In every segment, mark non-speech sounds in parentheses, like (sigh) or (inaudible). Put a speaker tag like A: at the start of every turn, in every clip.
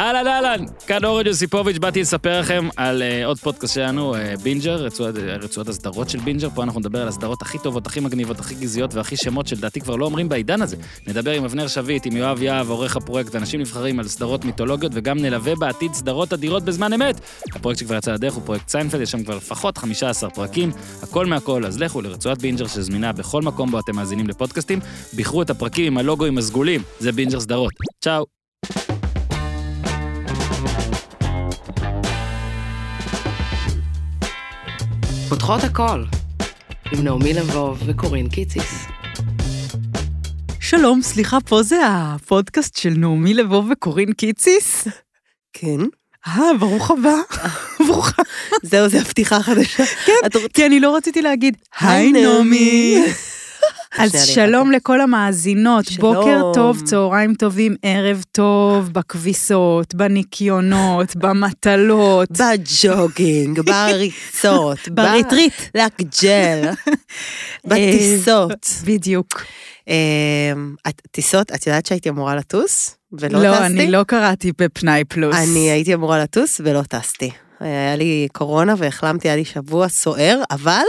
A: אהלן אהלן, כאן אורן יוסיפוביץ', באתי לספר לכם על uh, עוד פודקאסט שלנו, uh, בינג'ר, רצועת, רצועת הסדרות של בינג'ר, פה אנחנו נדבר על הסדרות הכי טובות, הכי מגניבות, הכי גזעיות והכי שמות שלדעתי כבר לא אומרים בעידן הזה. נדבר עם אבנר שביט, עם יואב יהב, עורך הפרויקט, אנשים נבחרים על סדרות מיתולוגיות, וגם נלווה בעתיד סדרות אדירות בזמן אמת. הפרויקט שכבר יצא לדרך הוא פרויקט סיינפלד, יש שם כבר לפחות 15 פרקים, הכל מהכל, אז לכו לרצועת בינג'ר שזמינה בכל מקום בו אתם מאזינים לפודקאסטים, בחרו את הפרקים עם הלוגוים הסגולים, זה בינג'ר סדרות. צ'או.
B: פותחות הכל, עם נעמי לבוב וקורין קיציס.
C: שלום, סליחה, פה זה הפודקאסט של נעמי לבוב וקורין קיציס?
D: כן.
C: אה, ברוך הבא. ברוכה.
D: זהו, זו הפתיחה החדשה.
C: כן, כי אני לא רציתי להגיד, היי
D: (laughs)
C: נעמי.
D: שנייה,
C: אז
D: אני
C: שלום לכל המאזינות,
D: שלום.
C: בוקר טוב, צהריים טובים, ערב טוב, בכביסות,
D: (laughs)
C: בניקיונות, במטלות, (laughs)
D: בג'וגינג, בריצות,
C: בריטריט. (laughs) אה,
D: בלאקג'ל, בטיסות.
C: בדיוק.
D: אמ, את- טיסות, את יודעת שהייתי אמורה לטוס? ולא טסתי?
C: לא, אני לא קראתי בפנאי פלוס.
D: אני הייתי אמורה לטוס ולא טסתי. אה, היה לי קורונה והחלמתי, היה לי שבוע סוער, אבל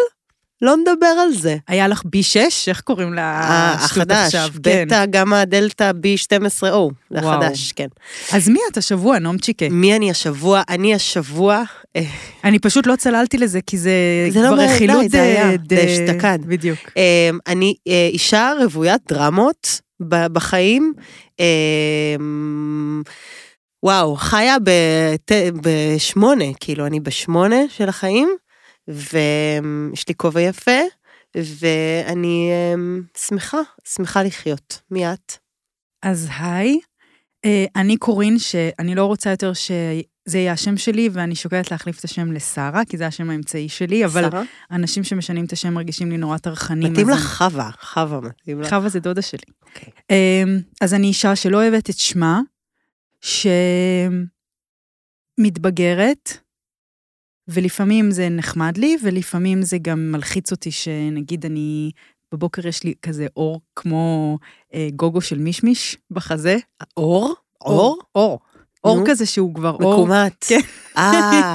D: לא נדבר על זה.
C: היה לך B6, איך קוראים
D: אה,
C: לשטות
D: החדש,
C: עכשיו? כן.
D: בטא, גמא, דלתא, B12O, זה
C: וואו.
D: החדש, כן.
C: אז מי את השבוע, נעמצ'יקה?
D: מי אני השבוע? אני השבוע, אה,
C: אני פשוט לא צללתי לזה, כי זה
D: זה לא
C: כבר
D: מעניין,
C: רכילות...
D: די, זה
C: אה,
D: היה,
C: ד-
D: זה אשתקד.
C: בדיוק.
D: אמ, אני אה, אישה רוויית דרמות ב- בחיים. אמ, וואו, חיה בת- בשמונה, כאילו, אני בשמונה של החיים, ויש לי כובע יפה, ואני אמ, שמחה, שמחה לחיות. מי את?
C: אז היי, אה, אני קורין, שאני לא רוצה יותר שזה יהיה השם שלי, ואני שוקלת להחליף את השם לשרה, כי זה השם האמצעי שלי, אבל
D: שרה?
C: אנשים שמשנים את השם מרגישים לי נורא טרחנים.
D: מתאים
C: אז
D: לך חווה, חווה מתאים
C: אני-
D: לך.
C: חווה זה דודה שלי.
D: אוקיי.
C: אמ, אז אני אישה שלא אוהבת את שמה, שמתבגרת, ולפעמים זה נחמד לי, ולפעמים זה גם מלחיץ אותי שנגיד אני, בבוקר יש לי כזה אור כמו אה, גוגו של מישמיש בחזה.
D: אור? אור?
C: אור. אור
D: נו.
C: כזה שהוא כבר אור.
D: מקומט.
C: כן.
D: אה,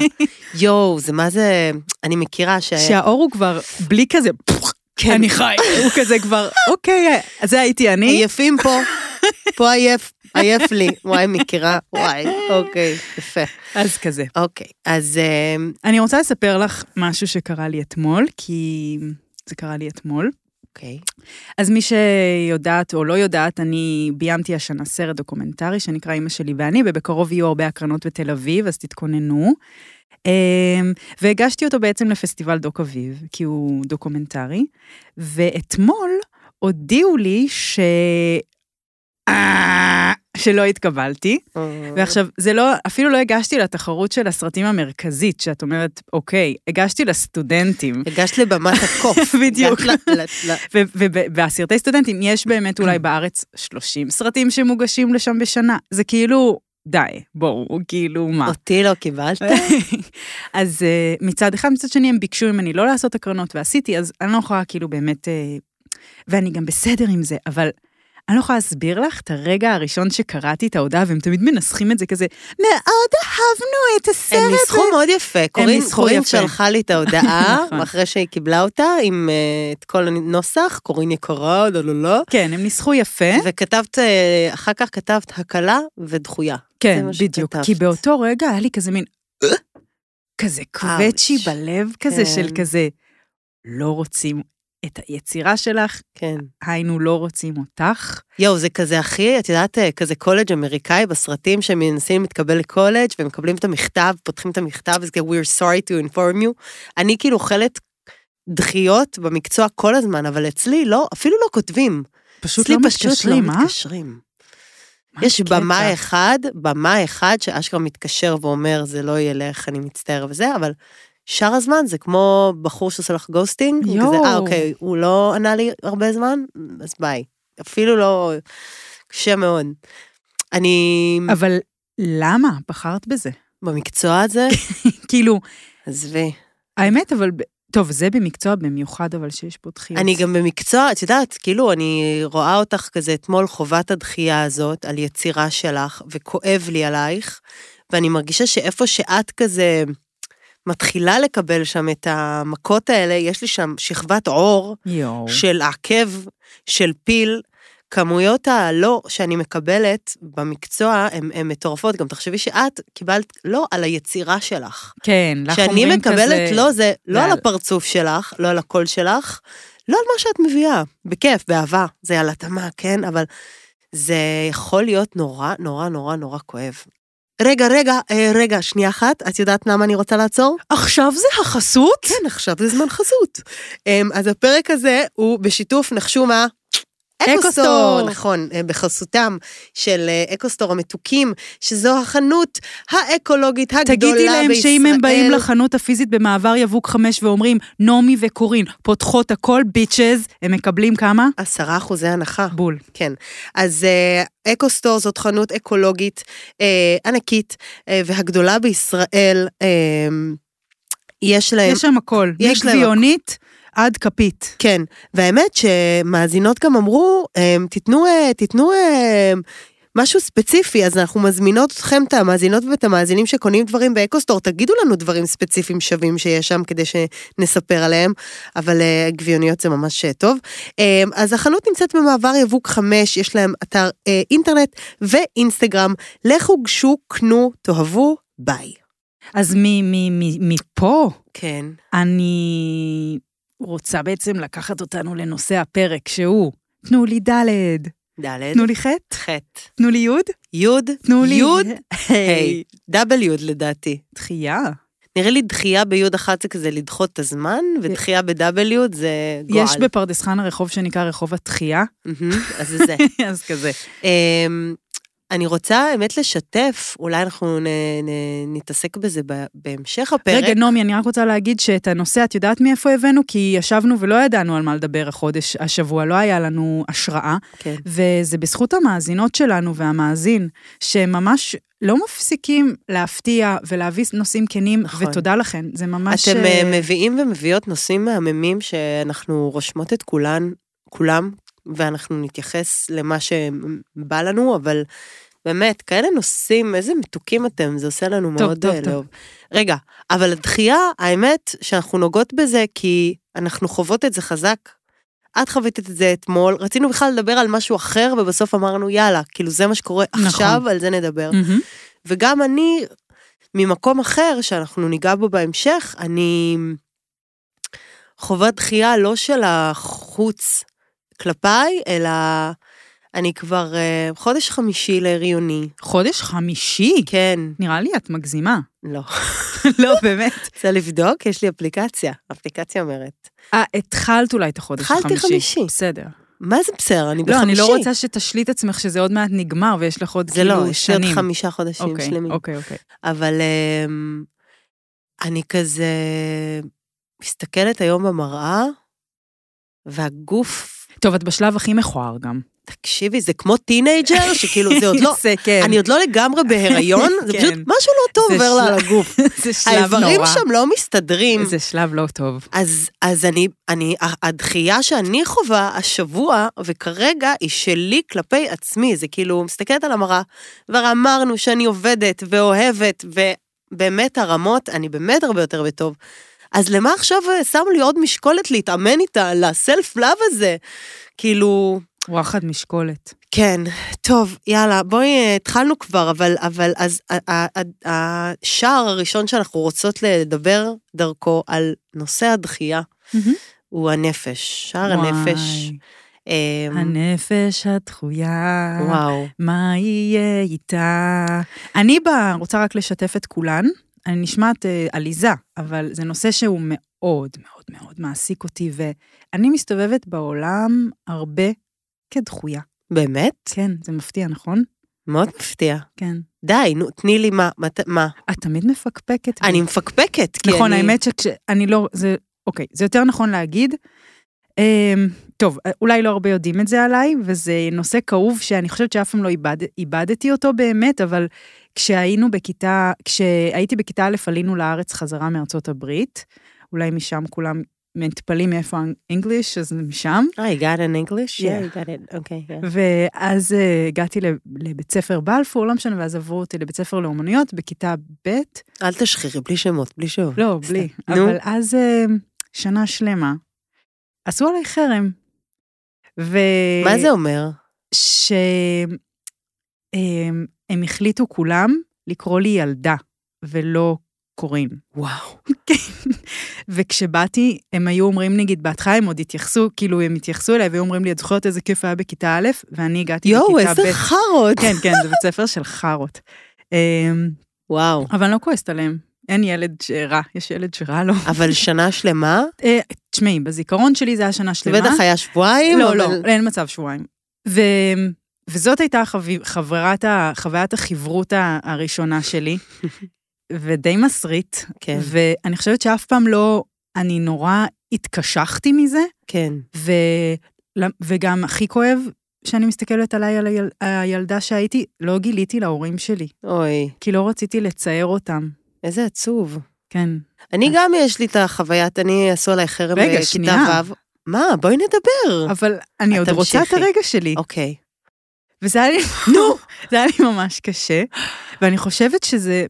D: יואו, זה מה זה, אני
C: (laughs)
D: מכירה ש...
C: שהאור הוא כבר בלי כזה, "פח,
D: כן.
C: אני חי. הוא כזה כבר, אוקיי, אז זה הייתי אני.
D: עייפים פה, פה עייף, עייף לי. וואי, מכירה, וואי, אוקיי, יפה.
C: אז כזה.
D: אוקיי, אז אמ,
C: אני רוצה לספר לך משהו שקרה לי אתמול, כי זה קרה לי אתמול.
D: אוקיי,
C: אז מי שיודעת או לא יודעת, אני ביימתי השנה סרט דוקומנטרי שנקרא אמא שלי ואני, ובקרוב יהיו הרבה הקרנות בתל אביב, אז תתכוננו. אמ, והגשתי אותו בעצם לפסטיבל דוק אביב, כי הוא דוקומנטרי, ואתמול הודיעו לי ש... אה, שלא התקבלתי. ועכשיו, זה לא, אפילו לא הגשתי לתחרות של הסרטים המרכזית, שאת אומרת, אוקיי, הגשתי לסטודנטים.
D: הגשת לבמת הקוף.
C: (laughs) בדיוק.
D: הגעת ל- ל- ל-
C: ובסרטי סטודנטים, יש באמת אולי בארץ 30 סרטים שמוגשים לשם בשנה. זה כאילו, די, בואו, כאילו, מה? אה,
D: אותי לא קיבלת?
C: (laughs) אז אה, מצד אחד, מצד שני, הם ביקשו ממני לא לעשות הקרנות, ועשיתי, אז אני לא יכולה כאילו באמת... אה, ואני גם בסדר עם זה, אבל אני לא יכולה להסביר לך את הרגע הראשון שקראתי את ההודעה, והם תמיד מנסחים את זה כזה, מאוד אהבנו את הסרט.
D: הם ניסחו מאוד יפה, קורין
C: ניסחו
D: קורין
C: יפה.
D: שלחה לי את ההודעה,
C: (laughs) נכון.
D: אחרי שהיא קיבלה אותה, עם אה, את כל הנוסח, קורין יקרה, לא לא לא,
C: כן, הם ניסחו יפה.
D: וכתבת, אה, אחר כך כתבת הקלה ודחויה.
C: כן,
D: מה
C: בדיוק.
D: שכתבת.
C: כי באותו רגע היה לי כזה מין... "אה?" כזה קווצ'י
D: אאוץ'.
C: בלב כזה של
D: כן. כזה,
C: כזה, לא רוצים את היצירה שלך,
D: כן.
C: היינו לא רוצים אותך.
D: יואו, זה כזה הכי, את יודעת, אה, כזה קולג' אמריקאי בסרטים שמנסים להתקבל לקולג' ומקבלים את המכתב, פותחים את המכתב, וזה כזה, we're sorry to inform you. אני כאילו אוכלת דחיות במקצוע כל הזמן, אבל אצלי לא, אפילו לא כותבים.
C: פשוט
D: אצלי
C: לא מתקשרים,
D: לא
C: אה?
D: מתקשרים. יש
C: הקטע?
D: במה אחד, במה אחד שאשכרה מתקשר ואומר, זה לא ילך, אני מצטער וזה, אבל שאר הזמן זה כמו בחור שעושה לך גוסטינג, הוא כזה, אה,
C: יואו.
D: אוקיי, הוא לא ענה לי הרבה זמן, אז ביי. אפילו לא... קשה מאוד. אני
C: אבל למה בחרת בזה?
D: במקצוע הזה,
C: כאילו,
D: עזבי.
C: האמת, אבל ב- טוב, זה במקצוע במיוחד, אבל שיש פה דחיות.
D: אני גם במקצוע, את יודעת, כאילו, אני רואה אותך כזה אתמול חובת הדחייה הזאת על יצירה שלך, וכואב לי עלייך, ואני מרגישה שאיפה שאת כזה מתחילה לקבל שם את המכות האלה, יש לי שם שכבת עור
C: יואו.
D: של עקב, של פיל. כמויות הלא שאני מקבלת במקצוע הן מטורפות. גם תחשבי שאת קיבלת לא על היצירה שלך.
C: כן, לך
D: כשאני
C: אומרים כזה...
D: מקבלת לא זה, לא
C: ועל-
D: על הפרצוף שלך, לא על הקול שלך, לא על מה שאת מביאה, בכיף, באהבה, זה על התאמה, כן? אבל זה יכול להיות נורא, נורא, נורא, נורא כואב. רגע, רגע, אה, רגע, שנייה אחת, את יודעת למה אני רוצה לעצור?
C: עכשיו זה החסות?
D: כן, עכשיו זה זמן חסות. אמ, אז הפרק הזה הוא בשיתוף, נחשו מה?
C: אקוסטור.
D: נכון, אה, בחסותם של אה, אקוסטור המתוקים, שזו החנות האקולוגית הגדולה בישראל.
C: תגידי להם שאם הם באים לחנות הפיזית במעבר יבוק חמש ואומרים, נעמי וקורין פותחות הכל ביצ'ז, הם מקבלים כמה?
D: עשרה אחוזי הנחה.
C: בול.
D: כן. אז אה, אקוסטור זאת חנות אקולוגית אה, ענקית אה, והגדולה בישראל. אה, יש להם,
C: יש שם הכל.
D: אה, יש להם
C: מגביונית עד כפית.
D: כן, והאמת שמאזינות גם אמרו, אה, תיתנו, אה, תיתנו אה, משהו ספציפי, אז אנחנו מזמינות אתכם, את המאזינות ואת המאזינים שקונים דברים באקוסטור, תגידו לנו דברים ספציפיים שווים שיש שם כדי שנספר עליהם, אבל אה, גביוניות זה ממש אה, טוב. אה, אז החנות נמצאת במעבר יבוק 5, יש להם אתר אה, אינטרנט ואינסטגרם. לכו גשו, קנו, תאהבו, ביי.
C: אז מ- מ- מ- מפה
D: כן.
C: אני רוצה בעצם לקחת אותנו לנושא הפרק, שהוא תנו לי ד',
D: ד',
C: תנו לי ח',
D: ח',
C: תנו לי י',
D: י',
C: תנו לי
D: י',
C: היי.
D: דאבל י' לדעתי.
C: דחייה.
D: נראה לי דחייה ביוד אחת זה כזה לדחות את הזמן, ודחייה ב-W זה גועל.
C: יש בפרדס חנה רחוב שנקרא רחוב
D: (laughs)
C: התחייה,
D: מהמם, אז זה
C: (laughs)
D: זה.
C: אז כזה.
D: אמ, אני רוצה האמת לשתף, אולי אנחנו נ- נ- נתעסק בזה ב- בהמשך הפרק.
C: רגע, נעמי, אני רק רוצה להגיד שאת הנושא, את יודעת מאיפה הבאנו? כי ישבנו ולא ידענו על מה לדבר החודש, השבוע, לא היה לנו השראה,
D: כן.
C: וזה בזכות המאזינות שלנו והמאזין, שממש לא מפסיקים להפתיע ולהביא נושאים כנים,
D: נכון.
C: ותודה לכן, זה ממש...
D: אתם
C: אה,
D: אה, מביאים ומביאות נושאים מהממים שאנחנו רושמות את כולן, כולם, ואנחנו נתייחס למה שבא לנו, אבל באמת, כאלה נושאים, איזה מתוקים אתם, זה עושה לנו
C: טוב,
D: מאוד
C: טוב,
D: אה,
C: טוב.
D: לאהוב. רגע, אבל הדחייה, האמת שאנחנו נוגעות בזה כי אנחנו חוות את זה חזק. את חווית את זה אתמול, רצינו בכלל לדבר על משהו אחר, ובסוף אמרנו, יאללה, כאילו זה מה שקורה
C: נכון.
D: עכשיו, על זה נדבר.
C: מהמם.
D: וגם אני, ממקום אחר שאנחנו ניגע בו בהמשך, אני חווה דחייה לא של החוץ כלפיי, אלא אני כבר אה, חודש חמישי להריוני.
C: חודש חמישי?
D: כן,
C: נראה לי את מגזימה.
D: (laughs) לא.
C: (laughs) לא, באמת.
D: רוצה לבדוק? יש לי אפליקציה. אפליקציה אומרת.
C: אה, התחלת אולי את החודש החמישי.
D: התחלתי חמישי. לא,
C: בסדר.
D: מה זה בסדר? אני בחמישי.
C: לא, אני לא רוצה שתשליט עצמך שזה עוד מעט נגמר ויש לך עוד
D: זה לא,
C: כאילו
D: יש לי עוד
C: שנים.
D: חמישה חודשים
C: אוקיי,
D: שלמים.
C: אוקיי, אוקיי.
D: אבל אמ, אני כזה מסתכלת היום במראה, והגוף
C: טוב, את בשלב הכי מכוער גם.
D: תקשיבי, זה כמו טינג'ר, שכאילו זה עוד לא,
C: זה (laughs) כן.
D: אני עוד לא לגמרי בהיריון, זה
C: כן.
D: פשוט משהו לא טוב
C: זה
D: עובר לה על
C: שלב-
D: הגוף.
C: (laughs) זה שלב
D: האיברים
C: נורא.
D: שם לא מסתדרים.
C: זה שלב לא טוב.
D: אז, אז אני, אני, הדחייה שאני חווה השבוע וכרגע היא שלי כלפי עצמי, זה כאילו, מסתכלת על המראה, כבר אמרנו שאני עובדת ואוהבת, ובאמת הרמות, אני באמת הרבה יותר בטוב. אז למה עכשיו אה, שמו לי עוד משקולת להתאמן איתה, לסלף לאב הזה? כאילו,
C: וואחד משקולת.
D: כן, טוב, יאללה, בואי, אה, התחלנו כבר, אבל, אבל אז ה- ה- ה- השער הראשון שאנחנו רוצות לדבר דרכו על נושא הדחייה
C: מהמם.
D: הוא הנפש, שער
C: וואי,
D: הנפש. אמ,
C: הנפש הדחויה.
D: וואו,
C: מה יהיה איתה? אני ב- רוצה רק לשתף את כולן. אני נשמעת אה, עליזה, אבל זה נושא שהוא מאוד מאוד מאוד מעסיק אותי, ואני מסתובבת בעולם הרבה כדחויה.
D: באמת?
C: כן, זה מפתיע, נכון?
D: מאוד מפתיע.
C: כן.
D: די, נו, תני לי מה, מה, ת- מה?
C: את תמיד מפקפקת. בי.
D: אני מפקפקת, כי
C: נכון,
D: אני...
C: האמת שאני לא, זה, אוקיי, זה יותר נכון להגיד. אמ, טוב, אולי לא הרבה יודעים את זה עליי, וזה נושא כאוב שאני חושבת שאף פעם לא איבד, איבדתי אותו באמת, אבל כשהיינו בכיתה, כשהייתי בכיתה א', עלינו לארץ חזרה מארצות הברית. אולי משם כולם מתפלאים מאיפה האנגליש, אז זה משם.
D: Oh, you got an
C: Yeah.
D: English?
C: Mm-hmm.
D: you got it. Okay, yeah.
C: ואז אה, הגעתי לב- לבית ספר בלפור, לא משנה, ואז עברו אותי לבית ספר לאומנויות בכיתה ב',
D: אל תשחררי, בלי שמות, בלי שמות.
C: לא, בלי,
D: נו.
C: אבל אז אה, שנה שלמה עשו עליי חרם. ו...
D: מה
C: אה,
D: זה אומר?
C: שהם אה, החליטו כולם לקרוא לי ילדה ולא קורין.
D: וואו.
C: (laughs) וכשבאתי, הם היו אומרים, נגיד, בהתחלה הם עוד התייחסו, כאילו, הם התייחסו אליי והיו אומרים לי, את זוכרת איזה כיף היה בכיתה א', ואני הגעתי
D: יואו,
C: לכיתה ב'.
D: איזה חארות.
C: כן, כן, זה בית ספר של חארות. אמ,
D: וואו.
C: אבל אני לא כועסת עליהם. אין ילד שרע, יש ילד שרע לו.
D: אבל שנה שלמה?
C: אה, תשמעי, בזיכרון שלי זה היה שנה
D: זה
C: שלמה.
D: בטח היה שבועיים,
C: לא,
D: אבל-
C: לא, אין מצב שבועיים. ו... וזאת הייתה חביב- חברת ה... חוויית החברות ה- הראשונה
D: (laughs)
C: שלי, ודי מסריט.
D: כן,
C: ואני חושבת שאף פעם לא, אני נורא התקשחתי מזה,
D: כן.
C: ו... וגם הכי כואב, שאני מסתכלת עליי, על היל... הילדה שהייתי, לא גיליתי להורים שלי,
D: אוי,
C: כי לא רציתי לצייר אותם.
D: איזה עצוב.
C: כן.
D: אני גם יש לי את החוויית, אני עשו עליי חרם
C: רגע,
D: בכיתה
C: שנייה.
D: ו'. מה, בואי נדבר.
C: אבל אני עוד רוצה את
D: אה, תמשיכי.
C: הרגע שלי.
D: אוקיי.
C: וזה היה לי, נו, זה היה לי ממש קשה, ואני חושבת שזה,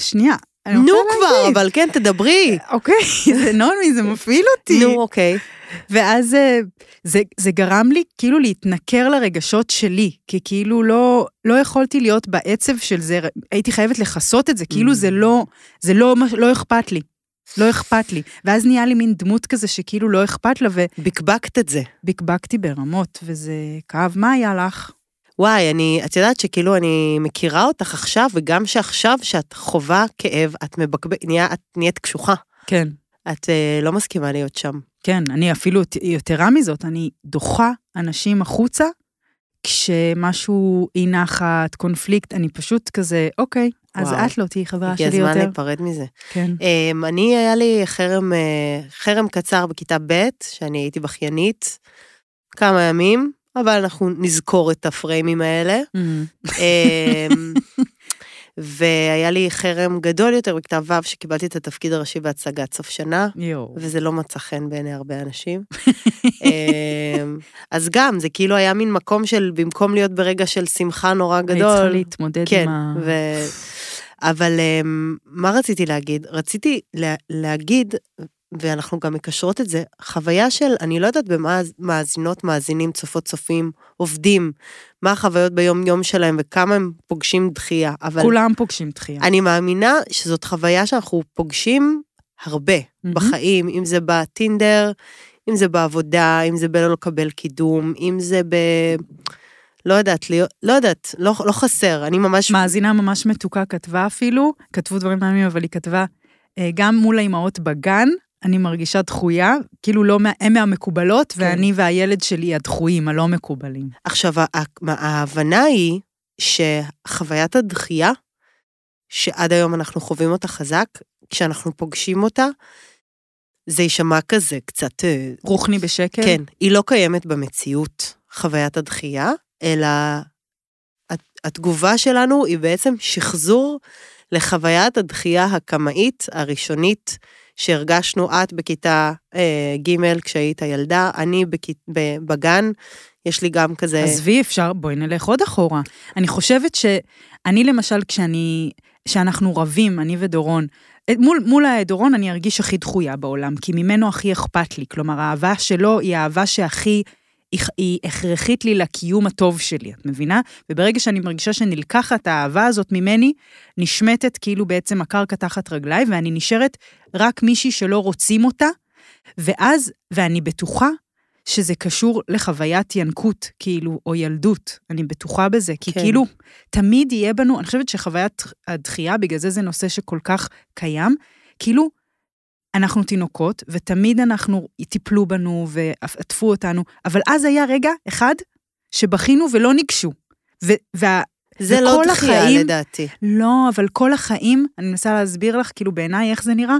C: שנייה, אני רוצה
D: נו
C: להגיד.
D: כבר, אבל כן, תדברי.
C: אוקיי,
D: (laughs)
C: זה נעמי, זה מפעיל אותי.
D: נו, אוקיי.
C: ואז אה, זה, זה גרם לי כאילו להתנכר לרגשות שלי, כי כאילו לא, לא יכולתי להיות בעצב של זה, הייתי חייבת לכסות את זה,
D: Mm.
C: כאילו זה לא, זה לא, מה- לא אכפת לי. לא אכפת לי. ואז נהיה לי מין דמות כזה שכאילו לא אכפת לה,
D: בקבקת את זה.
C: ובקבקתי ברמות, וזה כאב, מה היה לך?
D: וואי, אני, את יודעת שכאילו אני מכירה אותך עכשיו, וגם שעכשיו שאת חווה כאב, את מבקבקת, את נהיית קשוחה.
C: כן.
D: את אה, לא מסכימה להיות שם.
C: כן, אני אפילו יות- יתרה מזאת, אני דוחה אנשים החוצה כשמשהו אי נחת, קונפליקט, אני פשוט כזה, אוקיי, אז
D: וואו.
C: את לא תהיי חברה
D: הגיע
C: שלי
D: הזמן
C: יותר.
D: להיפרד מזה.
C: כן.
D: אמ, אני, היה לי חרם, אה, חרם קצר בכיתה ב', שאני הייתי בכיינית כמה ימים, אבל אנחנו נזכור את הפריימים האלה. אמ, והיה לי חרם גדול יותר בכתב ו', שקיבלתי את התפקיד הראשי בהצגת סוף שנה,
C: יואו.
D: וזה לא מצא חן בעיני הרבה אנשים. אמ, אז גם, זה כאילו היה מין מקום של, במקום להיות ברגע של שמחה נורא
C: היית צריכה
D: גדול,
C: להתמודד עם
D: כן,
C: ה...
D: ו... אבל אמ, מה רציתי להגיד? רציתי לה, להגיד, ואנחנו גם מקשרות את זה, חוויה של, אני לא יודעת במה מאזינות, מאזינים, צופות, צופים, עובדים, מה החוויות ביום-יום שלהם וכמה הם פוגשים דחייה. אבל
C: כולם פוגשים דחייה.
D: אני מאמינה שזאת חוויה שאנחנו פוגשים הרבה
C: מהמם.
D: בחיים, אם זה בטינדר, אם זה בעבודה, אם זה בלא לקבל קידום, אם זה ב... לא יודעת, להיות- לא יודעת, לא, לא חסר, אני ממש
C: מאזינה ממש מתוקה כתבה אפילו, כתבו דברים מעניינים, אבל היא כתבה, "אה, גם מול האימהות בגן, אני מרגישה דחויה, כאילו לא, מה- הם מהמקובלות,
D: כן.
C: ואני והילד שלי הדחויים, הלא מקובלים.
D: עכשיו, ה- ה- מה- ההבנה היא שחוויית הדחייה, שעד היום אנחנו חווים אותה חזק, כשאנחנו פוגשים אותה, זה יישמע כזה קצת... אה,
C: רוחני בשקט?
D: כן, היא לא קיימת במציאות, חוויית הדחייה, אלא הת- התגובה שלנו היא בעצם שחזור לחוויית הדחייה הקמאית הראשונית שהרגשנו את בכיתה אה, ג' כשהיית ילדה, אני בכית, ב- בגן, יש לי גם כזה...
C: עזבי, אפשר, בואי נלך עוד אחורה. אני חושבת שאני, למשל, כשאני, כשאנחנו רבים, אני ודורון, את- מול, מול דורון אני ארגיש הכי דחויה בעולם, כי ממנו הכי אכפת לי. כלומר, האהבה שלו היא האהבה שהכי, היא, היא הכרחית לי לקיום הטוב שלי, את מבינה? וברגע שאני מרגישה שנלקחת האהבה הזאת ממני, נשמטת כאילו בעצם הקרקע תחת רגליי, ואני נשארת רק מישהי שלא רוצים אותה, ואז, ואני בטוחה שזה קשור לחוויית ינקות, כאילו, או ילדות. אני בטוחה בזה, כי
D: כן.
C: כן. כאילו, תמיד יהיה בנו, אני חושבת שחוויית הדחייה, בגלל זה זה נושא שכל כך קיים, כאילו, אנחנו תינוקות, ותמיד אנחנו, טיפלו בנו ועטפו אותנו, אבל אז היה רגע אחד שבכינו ולא ניגשו. ו- וה-
D: זה לא
C: וכל
D: דחייה
C: החיים-
D: לדעתי.
C: לא, אבל כל החיים, אני מנסה להסביר לך, כאילו בעיניי איך זה נראה,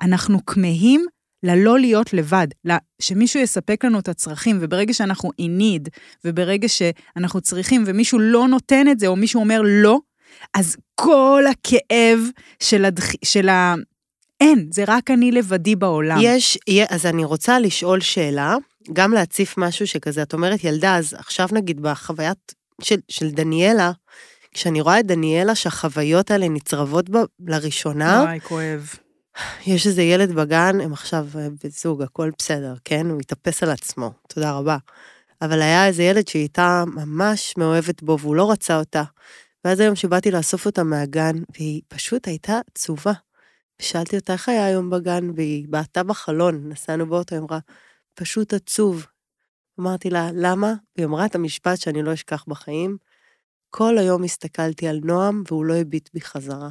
C: אנחנו כמהים ללא להיות לבד, ל- שמישהו יספק לנו את הצרכים, וברגע שאנחנו in need, וברגע שאנחנו צריכים, ומישהו לא נותן את זה, או מישהו אומר לא, אז כל הכאב של, הדח... של ה... אין, זה רק אני לבדי בעולם.
D: יש, יה- אז אני רוצה לשאול שאלה, גם להציף משהו שכזה, את אומרת ילדה, אז עכשיו נגיד בחוויית של, של דניאלה, כשאני רואה את דניאלה שהחוויות האלה נצרבות בה לראשונה,
C: וואי, כואב.
D: יש איזה ילד בגן, הם עכשיו אה, בזוג, הכל בסדר, כן? הוא התאפס על עצמו, תודה רבה. אבל היה איזה ילד שהיא הייתה ממש מאוהבת בו והוא לא רצה אותה. ואז היום שבאתי לאסוף אותה מהגן, והיא פשוט הייתה עצובה. שאלתי אותה איך היה היום בגן, והיא בעטה בחלון, נסענו באוטו, היא אמרה, פשוט עצוב. אמרתי לה, למה? היא אמרה את המשפט שאני לא אשכח בחיים. כל היום הסתכלתי על נועם, והוא לא הביט בי חזרה.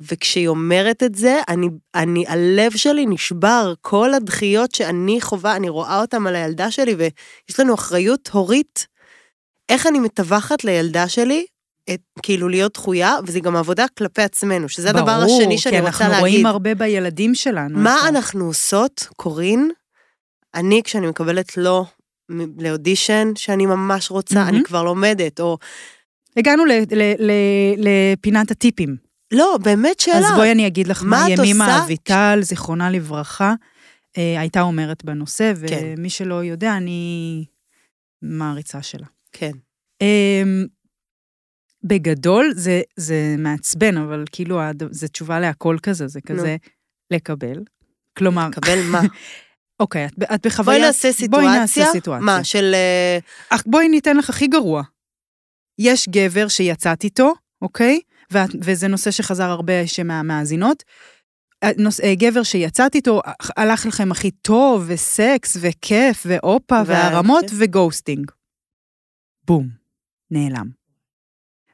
D: וכשהיא אומרת את זה, אני, אני, הלב שלי נשבר. כל הדחיות שאני חווה, אני רואה אותן על הילדה שלי, ויש לנו אחריות הורית. איך אני מטווחת לילדה שלי, את, כאילו להיות דחויה, וזה גם עבודה כלפי עצמנו, שזה הדבר השני שאני רוצה להגיד.
C: ברור, כי אנחנו רואים הרבה בילדים שלנו. כן.
D: מה
C: איפה-
D: אנחנו עושות, קורין? אני, כשאני מקבלת לא מ- לאודישן שאני ממש רוצה,
C: מהמם.
D: אני כבר לומדת, או...
C: הגענו ל- ל- ל- לפינת הטיפים.
D: לא, באמת שאלה.
C: אז בואי אני אגיד לך מה
D: מה את
C: ימימה
D: עושה?
C: אביטל, זיכרונה לברכה, אה, הייתה אומרת בנושא,
D: כן.
C: ומי שלא יודע, אני מעריצה שלה.
D: כן.
C: אמ, בגדול, זה, זה מעצבן, אבל כאילו, הד- זה תשובה להכל כזה, זה כזה לקבל. כלומר,
D: קבל
C: (laughs)
D: מה?
C: אוקיי, את, את בחוויה...
D: בואי נעשה סיטואציה.
C: בואי נעשה סיטואציה.
D: מה, של... אה,
C: אך בואי ניתן לך הכי גרוע. יש גבר שיצאת איתו, אוקיי? ואת, וזה נושא שחזר הרבה שמהמאזינות. נוס, אה, גבר שיצאת איתו, אה, הלך לכם הכי טוב, וסקס, וכיף, ואופה,
D: ואז-
C: והרמות, וגוסטינג. בום. נעלם.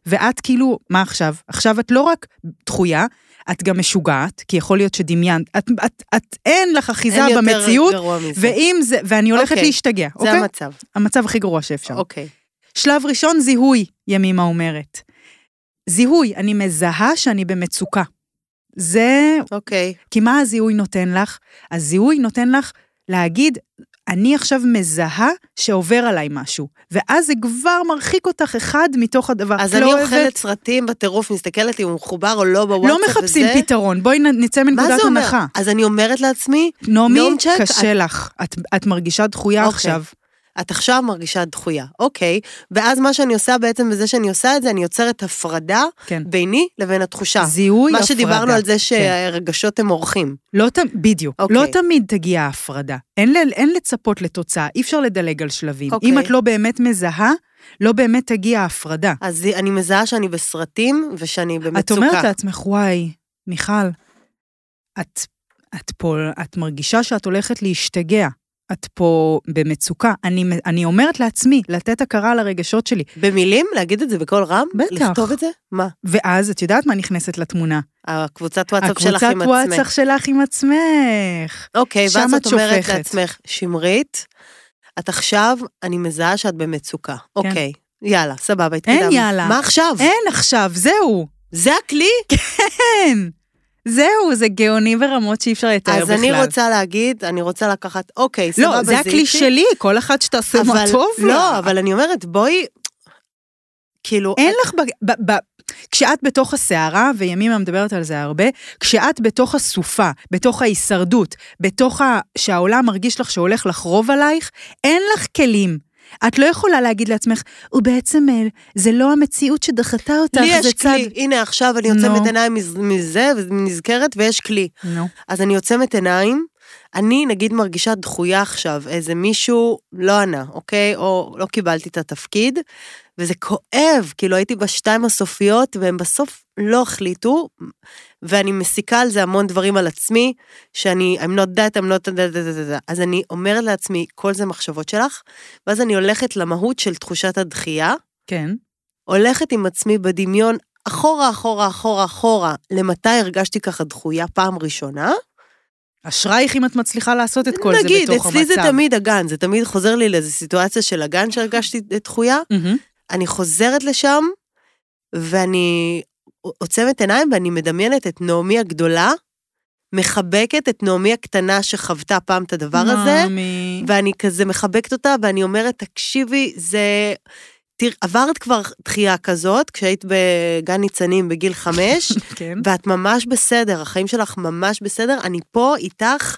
C: ואת כאילו, מה עכשיו? עכשיו את לא רק דחויה, את גם משוגעת, כי יכול להיות שדמיינת, את, את, את אין לך אחיזה
D: אין יותר
C: במציאות,
D: גרוע מזה.
C: ואם זה, ואני הולכת
D: אוקיי.
C: להשתגע,
D: זה
C: אוקיי?
D: המצב.
C: המצב הכי גרוע שאפשר.
D: אוקיי.
C: שלב ראשון, זיהוי, ימימה אומרת. זיהוי, אני מזהה שאני במצוקה. זה,
D: אוקיי.
C: כי מה הזיהוי נותן לך? הזיהוי נותן לך להגיד, אני עכשיו מזהה שעובר עליי משהו, ואז זה כבר מרחיק אותך אחד מתוך הדבר. את
D: אז
C: לא
D: אני
C: אוהבת-
D: אוכלת סרטים בטירוף, מסתכלת אם הוא מחובר או לא בוואטסאפ
C: לא מחפשים
D: וזה.
C: פתרון, בואי נ- נצא
D: מה
C: מנקודת
D: זה אומר?
C: הנחה.
D: אז אני אומרת לעצמי,
C: נעמי,
D: נעמי צ'ק,
C: קשה לך, את, את מרגישה דחויה
D: אוקיי.
C: עכשיו.
D: את עכשיו מרגישה דחויה, אוקיי, ואז מה שאני עושה בעצם בזה שאני עושה את זה, אני יוצרת הפרדה
C: כן.
D: ביני לבין התחושה.
C: זיהוי
D: מה
C: הפרדה. כן.
D: שדיברנו על זה שהרגשות הם אורחים.
C: לא ת... בדיוק. Okay.
D: אוקיי.
C: לא תמיד תגיע ההפרדה. אין, ל... אין לצפות לתוצאה, אי אפשר לדלג על שלבים. Okay.
D: אוקיי.
C: אם את לא באמת מזהה, לא באמת תגיע ההפרדה.
D: אז אני מזהה שאני בסרטים ושאני במצוקה.
C: את אומרת לעצמך, וואי, מיכל, את, את פה, את מרגישה שאת הולכת להשתגע. את פה במצוקה. אני, מ- אני אומרת לעצמי, לתת הכרה לרגשות שלי.
D: במילים? להגיד את זה בקול רם?
C: בטח.
D: לכתוב את זה? מה?
C: ואז את יודעת מה נכנסת לתמונה.
D: הקבוצת וואטסאפ שלך
C: הקבוצת
D: עם עצמך.
C: וואטסאפ שלך עם עצמך.
D: אוקיי,
C: שם
D: ואז
C: את
D: את אומרת
C: שופכת.
D: לעצמך, שמרית, את עכשיו, אני מזהה שאת במצוקה. אוקיי, יאללה, סבבה, התקדמנו.
C: כן. יאללה.
D: מה עכשיו?
C: אין עכשיו, זהו.
D: זה הכלי?
C: כן. זהו, זה גאוני ברמות שאי אפשר לתאר
D: אז
C: בכלל.
D: אני רוצה להגיד, אני רוצה לקחת, אוקיי, סבבה,
C: לא, זה הכלי
D: איתי,
C: שלי, כל אחת שתעשה מה
D: אבל-
C: טוב לה.
D: לא, אבל אני אומרת, בואי, כאילו,
C: אין לך ב... ב, ב כשאת בתוך הסערה, וימימה מדברת על זה הרבה, כשאת בתוך הסופה, בתוך ההישרדות, בתוך ה... שהעולם מרגיש לך שהולך לחרוב עלייך, אין לך כלים. את לא יכולה להגיד לעצמך, ובעצם אה, זה לא המציאות שדחתה אותך,
D: לי
C: זה
D: יש
C: צד...
D: כלי, הנה עכשיו אני
C: נו.
D: עוצמת עיניים מז- מזה, ונזכרת, ויש כלי.
C: נו.
D: אז אני עוצמת עיניים, אני נגיד מרגישה דחויה עכשיו, איזה מישהו לא ענה, אוקיי? או לא קיבלתי את התפקיד, וזה כואב, כאילו הייתי בשתיים הסופיות, והם בסוף לא החליטו, ואני מסיקה על זה המון דברים על עצמי, שאני, I'm not that, I'm not that, that, that, that. אז אני אומרת לעצמי, כל זה מחשבות שלך, ואז אני הולכת למהות של תחושת הדחייה,
C: כן.
D: הולכת עם עצמי בדמיון אחורה, אחורה, אחורה, אחורה, למתי הרגשתי ככה דחויה פעם ראשונה,
C: אשרייך אם את מצליחה לעשות את כל
D: נגיד,
C: זה בתוך המצב.
D: אצלי זה תמיד הגן, זה תמיד חוזר לי לאיזו סיטואציה של הגן שהרגשתי דחויה,
C: מהמם.
D: אני חוזרת לשם, ואני עוצמת עיניים ואני מדמיינת את נעמי הגדולה, מחבקת את נעמי הקטנה שחוותה פעם את הדבר הזה,
C: מאמי.
D: ואני כזה מחבקת אותה, ואני אומרת, תקשיבי, זה... תראה, עברת כבר דחייה כזאת, כשהיית בגן ניצנים בגיל
C: (laughs)
D: חמש,
C: כן.
D: ואת ממש בסדר, החיים שלך ממש בסדר, אני פה איתך,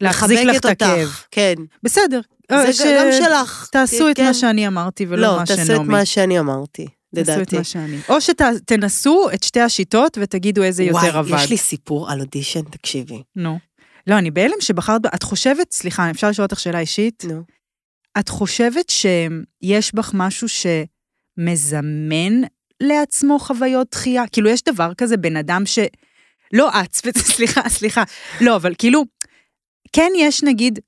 C: להחזיק
D: מחבקת
C: לך את הכאב.
D: אותך. כן,
C: בסדר.
D: זה
C: אה, ש-
D: גם שלך.
C: תעשו את
D: כן.
C: מה שאני אמרתי ולא
D: לא,
C: מה
D: תעשו את
C: שנעמי.
D: מה שאני אמרתי,
C: תעשו את
D: לדעתי.
C: מה שאני. או שתנסו את שתי השיטות ותגידו איזה יותר עבד.
D: וואי, יש לי סיפור על אודישן, תקשיבי.
C: נו. לא, אני בהלם שבחרת, ב- את חושבת, סליחה, אפשר לשאול אותך שאלה אישית?
D: נו.
C: את חושבת שיש בך משהו שמזמן לעצמו חוויות דחייה? כאילו, יש דבר כזה, בן אדם ש... לא את, (laughs) ספ- סליחה, סליחה. לא, אבל כאילו, כן יש, נגיד,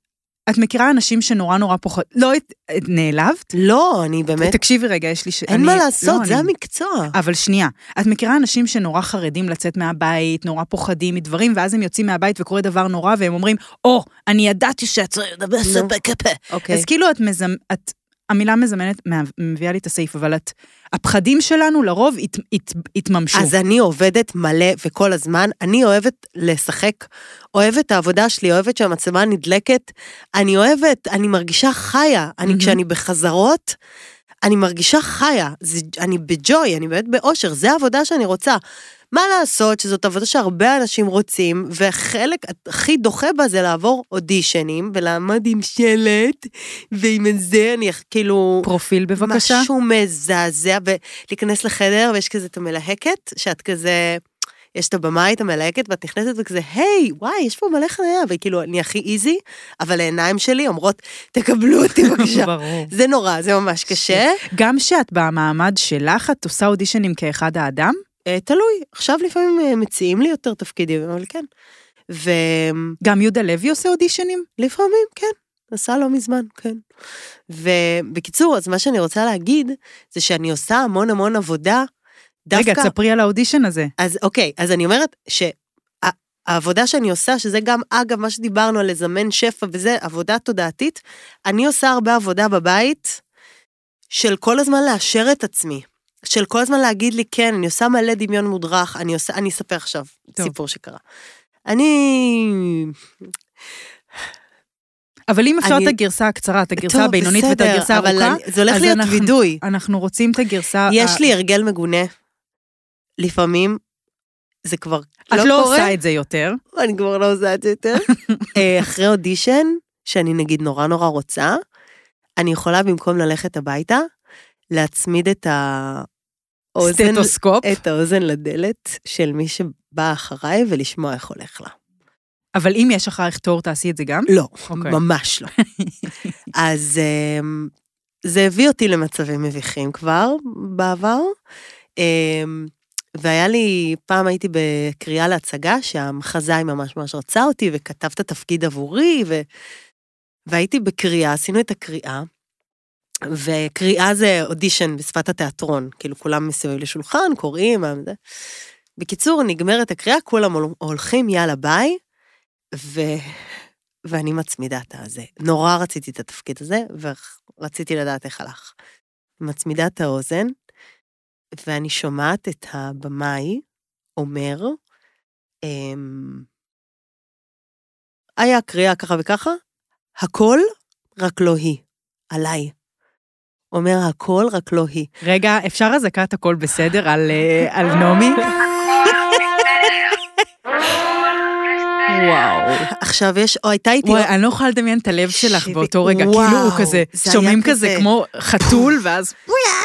C: את מכירה אנשים שנורא נורא פוחד... לא, את- את נעלבת?
D: לא, אני באמת,
C: תקשיבי רגע, יש לי ש...
D: אין
C: אני-
D: מה
C: לא,
D: לעשות,
C: אני-
D: זה המקצוע.
C: אבל שנייה, את מכירה אנשים שנורא חרדים לצאת מהבית, נורא פוחדים מדברים, ואז הם יוצאים מהבית וקורה דבר נורא, והם אומרים, או, אני ידעתי שאת צריכה לדבר סבבה.
D: אוקיי.
C: אז כאילו את מזמ... את... המילה מזמנת, מה- מביאה לי את הסעיף, אבל את... הפחדים שלנו לרוב הת... הת... התממשו.
D: אז אני עובדת מלא וכל הזמן, אני אוהבת לשחק, אוהבת את העבודה שלי, אוהבת שהמצלמה נדלקת, אני אוהבת, אני מרגישה חיה, אני
C: מהמם.
D: כשאני בחזרות, אני מרגישה חיה, זה, אני בג'וי, אני באמת באושר, זה העבודה שאני רוצה. מה לעשות שזאת עבודה שהרבה אנשים רוצים, והחלק הכי דוחה בה זה לעבור אודישנים, ולעמוד עם שלט, ועם זה אני כאילו...
C: פרופיל בבקשה.
D: משהו מזעזע, ולהיכנס לחדר ויש כזה את המלהקת, שאת כזה, יש את הבמאי, את המלהקת, ואת נכנסת וכזה, היי, וואי, יש פה מלא חניה, וכאילו, אני הכי איזי, אבל העיניים שלי אומרות, תקבלו אותי
C: (laughs)
D: בבקשה.
C: ברור.
D: זה נורא, זה ממש קשה.
C: גם שאת במעמד שלך, את עושה אודישנים כאחד האדם?
D: אה, תלוי, עכשיו לפעמים אה, מציעים לי יותר תפקידים, אבל כן. ולפעמים,
C: גם יהודה לוי עושה אודישנים?
D: כן, עשה לא מזמן, כן. ובקיצור, אז מה שאני רוצה להגיד, זה שאני עושה המון המון עבודה, דווקא...
C: רגע, תספרי על האודישן הזה.
D: אז אוקיי, אז אני אומרת שהעבודה שאני עושה, שזה גם, אגב, מה שדיברנו על לזמן שפע וזה, עבודה תודעתית, אני עושה הרבה עבודה בבית של כל הזמן לאשר את עצמי. של כל הזמן להגיד לי, כן, אני עושה מלא דמיון מודרך, אני עושה, אני אספר עכשיו
C: טוב.
D: סיפור שקרה. אני...
C: אבל אם אפשר
D: אני-
C: את הגרסה הקצרה, את הגרסה
D: טוב,
C: הבינונית ואת
D: בסדר,
C: הגרסה
D: אבל
C: הארוכה,
D: אני- זה הולך
C: אז
D: להיות
C: אנחנו- אה,
D: וידוי.
C: אנחנו רוצים את הגרסה... ה-
D: יש לי הרגל מגונה. לפעמים, זה כבר לא
C: את
D: קורה.
C: לא עושה את זה יותר.
D: אני כבר לא עושה את זה יותר. אה, אחרי אודישן, שאני נגיד נורא נורא רוצה, אני יכולה במקום ללכת הביתה, להצמיד את האוזן,
C: סטטוסקופ.
D: את האוזן לדלת של מי שבא אחריי ולשמוע איך הולך לה.
C: אבל אם יש אחריך תור, תעשי את זה גם?
D: לא,
C: אוקיי.
D: ממש לא. אז אמ, זה הביא אותי למצבים מביכים כבר בעבר. אמ, והיה לי, פעם הייתי בקריאה להצגה שהמחזאי ממש ממש רצה אותי וכתב את התפקיד עבורי, ו... והייתי בקריאה, עשינו את הקריאה, וקריאה זה אודישן בשפת התיאטרון, כאילו כולם מסביב לשולחן, קוראים, מה זה. בקיצור, נגמרת הקריאה, כולם הול- הולכים, יאללה ביי, ו... ואני מצמידה את הזה. נורא רציתי את התפקיד הזה, ורציתי לדעת איך הלך. מצמידה את האוזן, ואני שומעת את הבמאי אומר, אמ, היה קריאה ככה וככה, הכל, רק לא היא, עליי. אומר הכל, רק לא היא.
C: רגע, אפשר אזעקת הכל בסדר על, אה, על נעמי? וואו.
D: עכשיו יש, או הייתה איתי...
C: וואי, אני לא יכולה לדמיין את הלב שלך
D: תקשיבי,
C: באותו רגע.
D: וואו,
C: כאילו הוא כזה,
D: זה היה
C: שומעים
D: כזה-
C: כזה כמו חתול, ואז...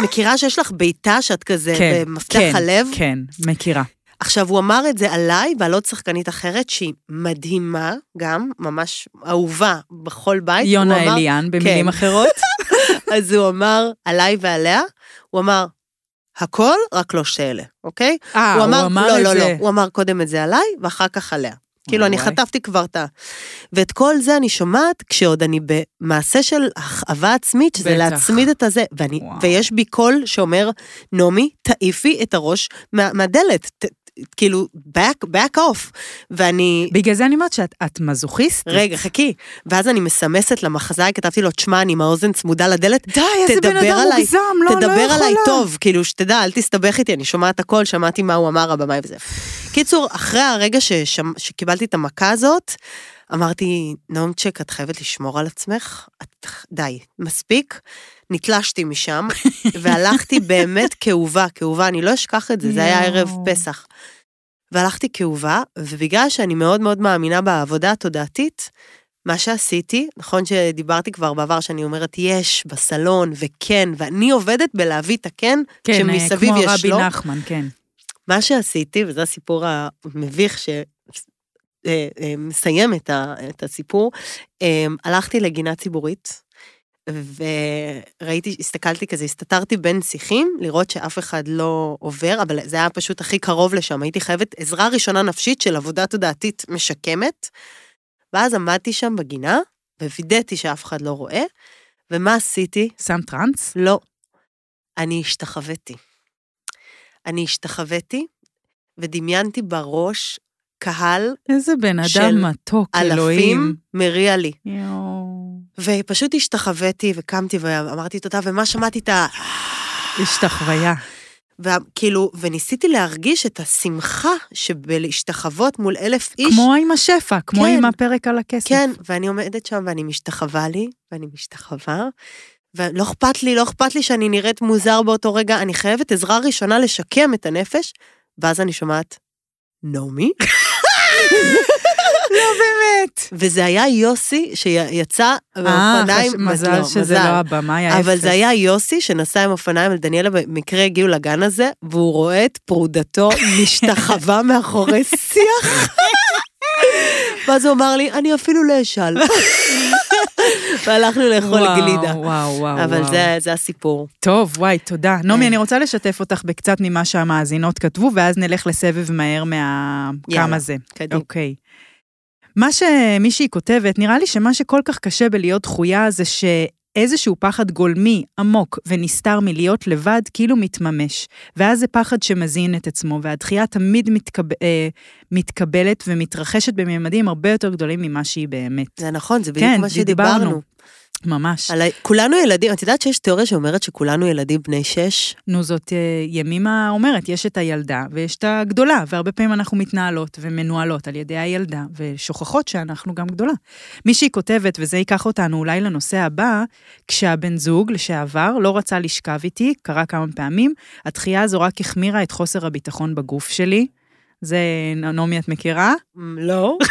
D: מכירה שיש לך בעיטה שאת כזה
C: כן,
D: במפתח
C: כן,
D: הלב?
C: כן, מכירה.
D: עכשיו, הוא אמר את זה עליי ועל עוד שחקנית אחרת שהיא מדהימה גם, ממש אהובה בכל בית.
C: יונה
D: הוא אמר-
C: אליאן, במילים
D: כן.
C: אחרות.
D: אז הוא אמר עליי ועליה, הוא אמר, הכל, רק לא שאלה, אוקיי?
C: אה,
D: (laughs) הוא אמר, לא,
C: את
D: לא, לא,
C: זה.
D: הוא אמר קודם את זה עליי, ואחר כך עליה. כאילו, אני
C: וואי.
D: חטפתי כבר את ה... ואת כל זה אני שומעת כשעוד אני במעשה של הכאבה עצמית, שזה
C: בטח.
D: להצמיד את הזה. ואני,
C: וואו.
D: ויש בי קול שאומר, נעמי, תעיפי את הראש מה, מהדלת. ת, ת, כאילו, back, back off. ואני...
C: בגלל זה אני אומרת שאת את מזוכיסטית.
D: רגע, חכי. ואז אני מסמסת למחזאי, כתבתי לו, תשמע, אני עם האוזן צמודה לדלת,
C: די, איזה בן
D: תדבר
C: אדם
D: עליי,
C: מוגזם, לא, לא יכולה.
D: תדבר עליי טוב, כאילו, שתדע, אל תסתבך איתי, אני שומעת הכל, שמעתי מה הוא אמר, הבמאי וזה. קיצור, אחרי הרגע ששמ... שקיבלתי את המכה הזאת, אמרתי, נעמצ'ק, את חייבת לשמור על עצמך, את... די, מספיק. נתלשתי משם, (laughs) והלכתי באמת כאובה, כאובה, אני לא אשכח את זה, זה היה ערב
C: יואו.
D: פסח. והלכתי כאובה, ובגלל שאני מאוד מאוד מאמינה בעבודה התודעתית, מה שעשיתי, נכון שדיברתי כבר בעבר שאני אומרת יש בסלון וכן, ואני עובדת בלהביא את הכן,
C: כן, אה,
D: שמסביב
C: כמו
D: יש
C: רבי
D: לו.
C: נחמן, כן.
D: מה שעשיתי, וזה הסיפור המביך שמסיים את, ה- את הסיפור, אה, הלכתי לגינה ציבורית, וראיתי, הסתכלתי כזה, הסתתרתי בין שיחים, לראות שאף אחד לא עובר, אבל זה היה פשוט הכי קרוב לשם, הייתי חייבת עזרה ראשונה נפשית של עבודה תודעתית משקמת, ואז עמדתי שם בגינה, ווידאתי שאף אחד לא רואה, ומה עשיתי?
C: שם טראנס?
D: לא. אני השתחוויתי. אני השתחוויתי ודמיינתי בראש קהל
C: איזה בן
D: של
C: אדם מתוק,
D: אלפים
C: אלוהים.
D: מריע לי.
C: יואו.
D: ופשוט השתחוויתי וקמתי ואמרתי תודה, ומה שמעתי את ה...
C: יש את החוויה.
D: וכאילו, כאילו, וניסיתי להרגיש את השמחה שבלהשתחוות מול אלף איש.
C: כמו עם השפע, כמו
D: כן.
C: עם הפרק על הכסף.
D: כן, ואני עומדת שם ואני משתחווה לי, ואני משתחווה, ולא אכפת לי, לא אכפת לי שאני נראית מוזר באותו רגע, אני חייבת עזרה ראשונה לשקם את הנפש, ואז אני שומעת,
C: (laughs)
D: נעמי?
C: לא באמת.
D: וזה היה יוסי שיצא
C: אה,
D: באופניים,
C: חש-
D: אז
C: מזל
D: לא,
C: שזה לא הבמאי האפס.
D: אבל זה היה יוסי שנסע עם אופניים אל דניאלה, במקרה הגיעו לגן הזה, והוא רואה את פרודתו
C: (laughs)
D: משתחווה מאחורי שיח. ואז הוא אמר לי, אני אפילו לא
C: (laughs)
D: אשאל. והלכנו לאכול
C: וואו,
D: גלידה.
C: וואו, וואו.
D: אבל
C: וואו.
D: זה- זה הסיפור.
C: טוב, וואי, תודה. נעמי,
D: אה.
C: אני רוצה לשתף אותך בקצת ממה שהמאזינות כתבו, ואז נלך לסבב מהר מה...
D: יאללה,
C: כמה זה.
D: קדימה.
C: אוקיי. מה שמישהי כותבת, נראה לי שמה שכל כך קשה בלהיות דחויה זה שאיזשהו פחד גולמי, עמוק ונסתר מלהיות לבד, כאילו מתממש. ואז זה פחד שמזין את עצמו, והדחייה תמיד מתקב... אה, מתקבלת ומתרחשת בממדים הרבה יותר גדולים ממה שהיא באמת.
D: זה נכון, זה בדיוק
C: כן,
D: מה
C: דיברנו.
D: שדיברנו.
C: ממש.
D: על ה- כולנו ילדים, את יודעת שיש תיאוריה שאומרת שכולנו ילדים בני שש?
C: נו, זאת אה, ימימה אומרת, יש את הילדה ויש את הגדולה, והרבה פעמים אנחנו מתנהלות ומנוהלות על ידי הילדה, ושוכחות שאנחנו גם גדולה. מישהי כותבת, וזה ייקח אותנו אולי לנושא הבא, כשהבן זוג לשעבר לא רצה לשכב איתי, קרה כמה פעמים, הדחייה הזו רק החמירה את חוסר הביטחון בגוף שלי. זה, נעמי, את מכירה?
D: לא. (laughs)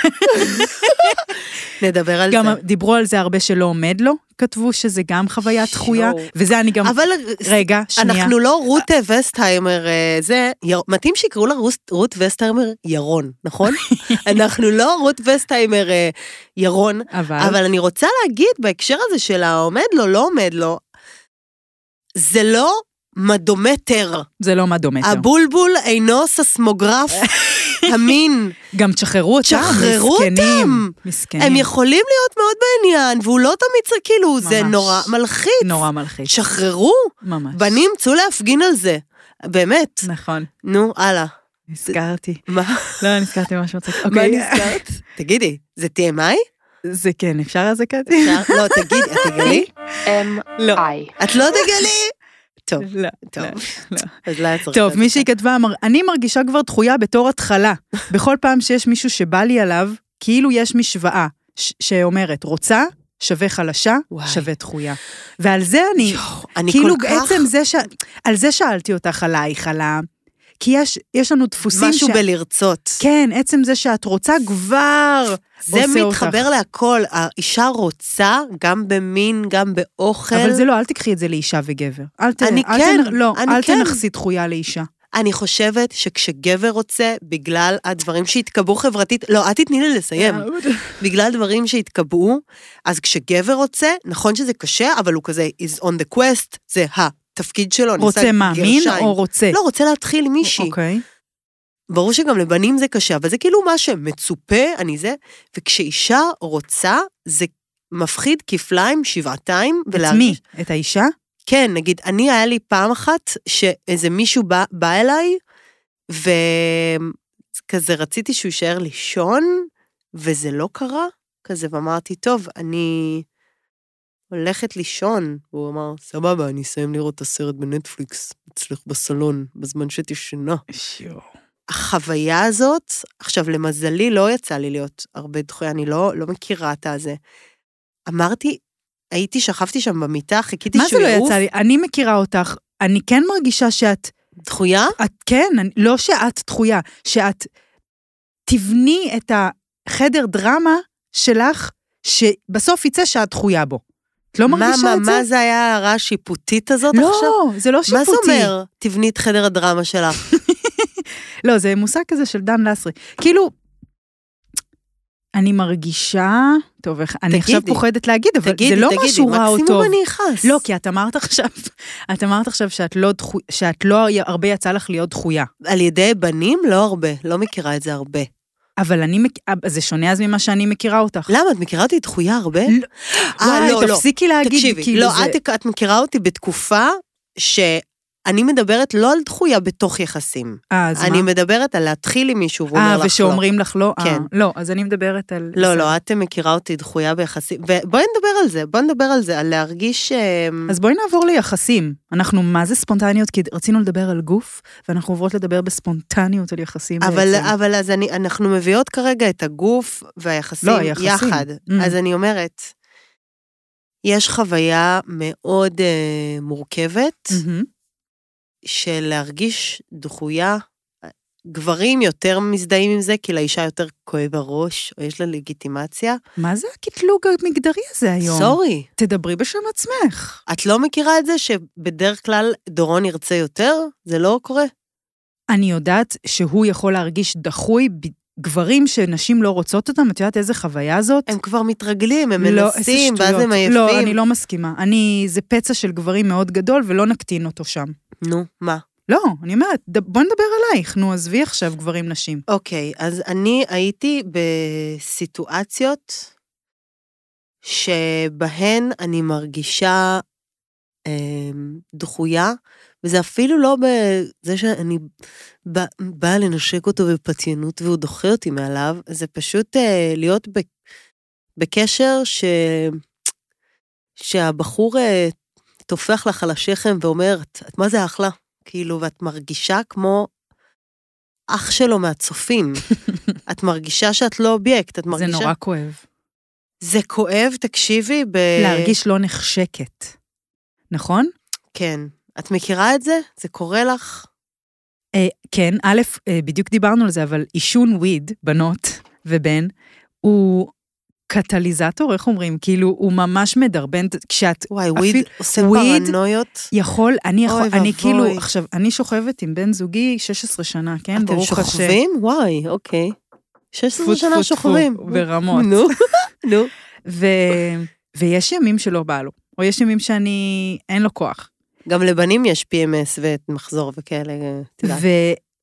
D: נדבר על
C: גם
D: זה.
C: דיברו על זה הרבה שלא עומד לו, כתבו שזה גם חוויה דחויה,
D: יואו.
C: וזה אני גם...
D: אבל
C: רגע, שנייה.
D: אנחנו לא רות וסטהיימר אה, זה, יר- מתאים שיקראו לה רוס- רות וסטהיימר ירון,
C: (laughs)
D: נכון? אנחנו לא רות וסטהיימר אה, ירון, אבל אני רוצה להגיד בהקשר הזה של העומד לו, לא עומד לו, זה לא מדומטר,
C: זה לא מה דומה. טוב.
D: הבולבול
C: (laughs)
D: אינו ססמוגרף המין.
C: גם תשחררו אותם,
D: שחררו
C: מסכנים.
D: אותם.
C: מסכנים.
D: הם יכולים להיות מאוד בעניין, והוא לא תמיד צריך, כאילו, זה
C: ממש.
D: נורא מלחיץ.
C: נורא מלחיץ,
D: שחררו,
C: ממש.
D: בנים, צאו להפגין על זה. באמת.
C: נכון,
D: נו, הלאה.
C: נזכרתי.
D: מה?
C: לא, נזכרתי ממש מצחיק.
D: מה
C: אוקיי,
D: נזכרת? תגידי, זה TMI?
C: זה כן, אפשר אז קטי?
D: אפשר? לא, תגידי, את תגלי?
C: לא.
D: את לא תגלי? טוב,
C: לא,
D: טוב.
C: לא, לא.
D: אז לא היה צריך...
C: טוב,
D: לעשות
C: מישהי
D: ככה.
C: כתבה, אמר, אני מרגישה כבר דחויה בתור התחלה. בכל פעם שיש מישהו שבא לי עליו, כאילו יש משוואה ש- שאומרת, רוצה, שווה חלשה,
D: וואי.
C: שווה דחויה. ועל זה אני,
D: יואו, אני
C: כאילו
D: כל כך...
C: בעצם זה ש... על זה שאלתי אותך עלייך, על ה... כי יש- יש לנו דפוסים
D: משהו
C: שה-
D: בלרצות.
C: כן, עצם זה שאת רוצה כבר.
D: זה
C: עושה
D: מתחבר להכל. האישה רוצה גם במין, גם באוכל.
C: אבל זה לא, אל תקחי את זה לאישה וגבר. אל ת...
D: אני
C: אל
D: כן,
C: תנ... לא,
D: אני
C: אל
D: כן.
C: תנכסי דחויה לאישה.
D: אני חושבת שכשגבר רוצה, בגלל הדברים שהתקבעו חברתית, לא, את תתני לי לסיים. בגלל דברים שהתקבעו, אז כשגבר רוצה, נכון שזה קשה, אבל הוא כזה is on the quest, זה התפקיד שלו. אני
C: רוצה
D: עושה
C: מה, מין
D: גרשיים.
C: או רוצה?
D: לא, רוצה להתחיל עם מישהי.
C: אה. אוקיי.
D: ברור שגם לבנים זה קשה, אבל זה כאילו מה שמצופה, אני זה, וכשאישה רוצה, זה מפחיד כפליים, שבעתיים,
C: את מי? את האישה?
D: כן, נגיד, אני, היה לי פעם אחת שאיזה מישהו בא, בא אליי, וכזה רציתי שהוא יישאר לישון, וזה לא קרה, כזה, ואמרתי, טוב, אני הולכת לישון. והוא אמר, סבבה, אני אסיים לראות את הסרט בנטפליקס, אצלך בסלון, בזמן שתשנה. החוויה הזאת, עכשיו, למזלי, לא יצא לי להיות הרבה דחויה, אני לא, לא מכירה את הזה. אמרתי, הייתי, שכבתי שם במיטה, חיכיתי
C: מה זה
D: שהוא
C: לא
D: יעוף.
C: יצא לי? אני מכירה אותך, אני כן מרגישה שאת
D: דחויה?
C: את כן, אני, לא שאת דחויה, שאת תבני את החדר דרמה שלך, שבסוף יצא שאת דחויה בו. את לא
D: מה,
C: מרגישה
D: מה,
C: את זה?
D: מה זה היה ההערה השיפוטית הזאת
C: לא,
D: עכשיו?
C: זה לא שיפוטי.
D: מה זה אומר, תבני את חדר הדרמה שלך?
C: לא, זה מושג כזה של דן לסרי. כאילו, אני מרגישה... טוב, איך- אני
D: תגידי.
C: עכשיו פוחדת להגיד, אבל
D: תגידי,
C: זה לא
D: תגידי,
C: משהו רע או טוב.
D: מקסימום אני אכעס.
C: לא, כי את אמרת עכשיו, (laughs) את אמרת עכשיו שאת לא, דחו, שאת לא הרבה יצא לך להיות דחויה.
D: על ידי בנים? לא הרבה, לא מכירה את זה הרבה.
C: אבל אני, מק... זה שונה אז ממה שאני מכירה אותך.
D: למה, את מכירה אותי דחויה הרבה?
C: לא.
D: לא, אה,
C: וואי,
D: לא, לא.
C: תפסיקי להגיד,
D: תקשיבי,
C: כאילו
D: לא,
C: זה...
D: את, את מכירה אותי בתקופה שאני מדברת לא על דחויה בתוך יחסים.
C: אה, אז
D: אני
C: מה?
D: מדברת על להתחיל עם מישהו והוא אומר לך
C: אה,
D: לא.
C: ושאומרים לך לא? אה,
D: כן.
C: לא, אז אני מדברת על...
D: לא, לא, את מכירה אותי דחויה ביחסים. ובואי נדבר על זה, בואי נדבר על זה, על להרגיש... אמ,
C: אז בואי נעבור ליחסים. אנחנו מה זה ספונטניות? כי רצינו לדבר על גוף, ואנחנו עוברות לדבר בספונטניות על יחסים
D: אבל,
C: בעצם.
D: אבל אז אני, אנחנו מביאות כרגע את הגוף והיחסים
C: לא, היחסים.
D: יחד.
C: Mm.
D: אז אני אומרת, יש חוויה מאוד אה, מורכבת
C: מהמם.
D: של להרגיש דחויה. גברים יותר מזדהים עם זה, כי לאישה יותר כואב הראש, או יש לה לגיטימציה.
C: מה זה הקטלוג המגדרי הזה היום?
D: סורי,
C: תדברי בשם עצמך.
D: את לא מכירה את זה שבדרך כלל דורון ירצה יותר? זה לא קורה?
C: אני יודעת שהוא יכול להרגיש דחוי בגברים שנשים לא רוצות אותם, את יודעת איזה חוויה זאת?
D: הם כבר מתרגלים, הם
C: לא, איזה
D: מנסים, ואז
C: שטויות.
D: הם עייפים.
C: לא, אני לא מסכימה. אני, זה פצע של גברים מאוד גדול, ולא נקטין אותו שם.
D: נו, מה?
C: לא, אני אומרת, ד- בוא נדבר עלייך. נו, עזבי עכשיו גברים נשים.
D: אוקיי, אז אני הייתי בסיטואציות שבהן אני מרגישה אה, דחויה, וזה אפילו לא בזה שאני בא- באה לנשק אותו בפתיינות והוא דוחה אותי מעליו, זה פשוט אה, להיות ב, בקשר ש, שהבחור אה, טופח לך על השכם ואומר, "את- את מה זה אחלה? כאילו, ואת מרגישה כמו אח
C: (laughs)
D: שלו מהצופים. את מרגישה שאת לא אובייקט, את
C: זה
D: מרגישה...
C: נורא כואב.
D: זה כואב, תקשיבי, ב...
C: להרגיש לא נחשקת. נכון?
D: כן. את מכירה את זה? זה קורה לך?
C: אה, כן, א', אה, בדיוק דיברנו על זה, אבל עישון וויד, בנות ובן, הוא קטליזטור, איך אומרים? כאילו, הוא ממש מדרבן, כשאת
D: וואי,
C: אפילו-
D: וויד עושה
C: וויד-
D: פרנויות.
C: יכול, אני יכול,
D: אוי
C: אני
D: ואבוי.
C: כאילו, עכשיו, אני שוכבת עם בן זוגי 16 שנה, כן?
D: אתם
C: ברוך השם.
D: שוכבים? וואי, אוקיי. 16
C: טפו, טפו,
D: שנה שוכבים.
C: טפו, ברמות.
D: נו, (laughs) נו.
C: ו... ויש ימים שלא בא לו, או יש ימים שאני, אין לו כוח.
D: גם לבנים יש PMS ומחזור וכאלה, אה, את יודעת.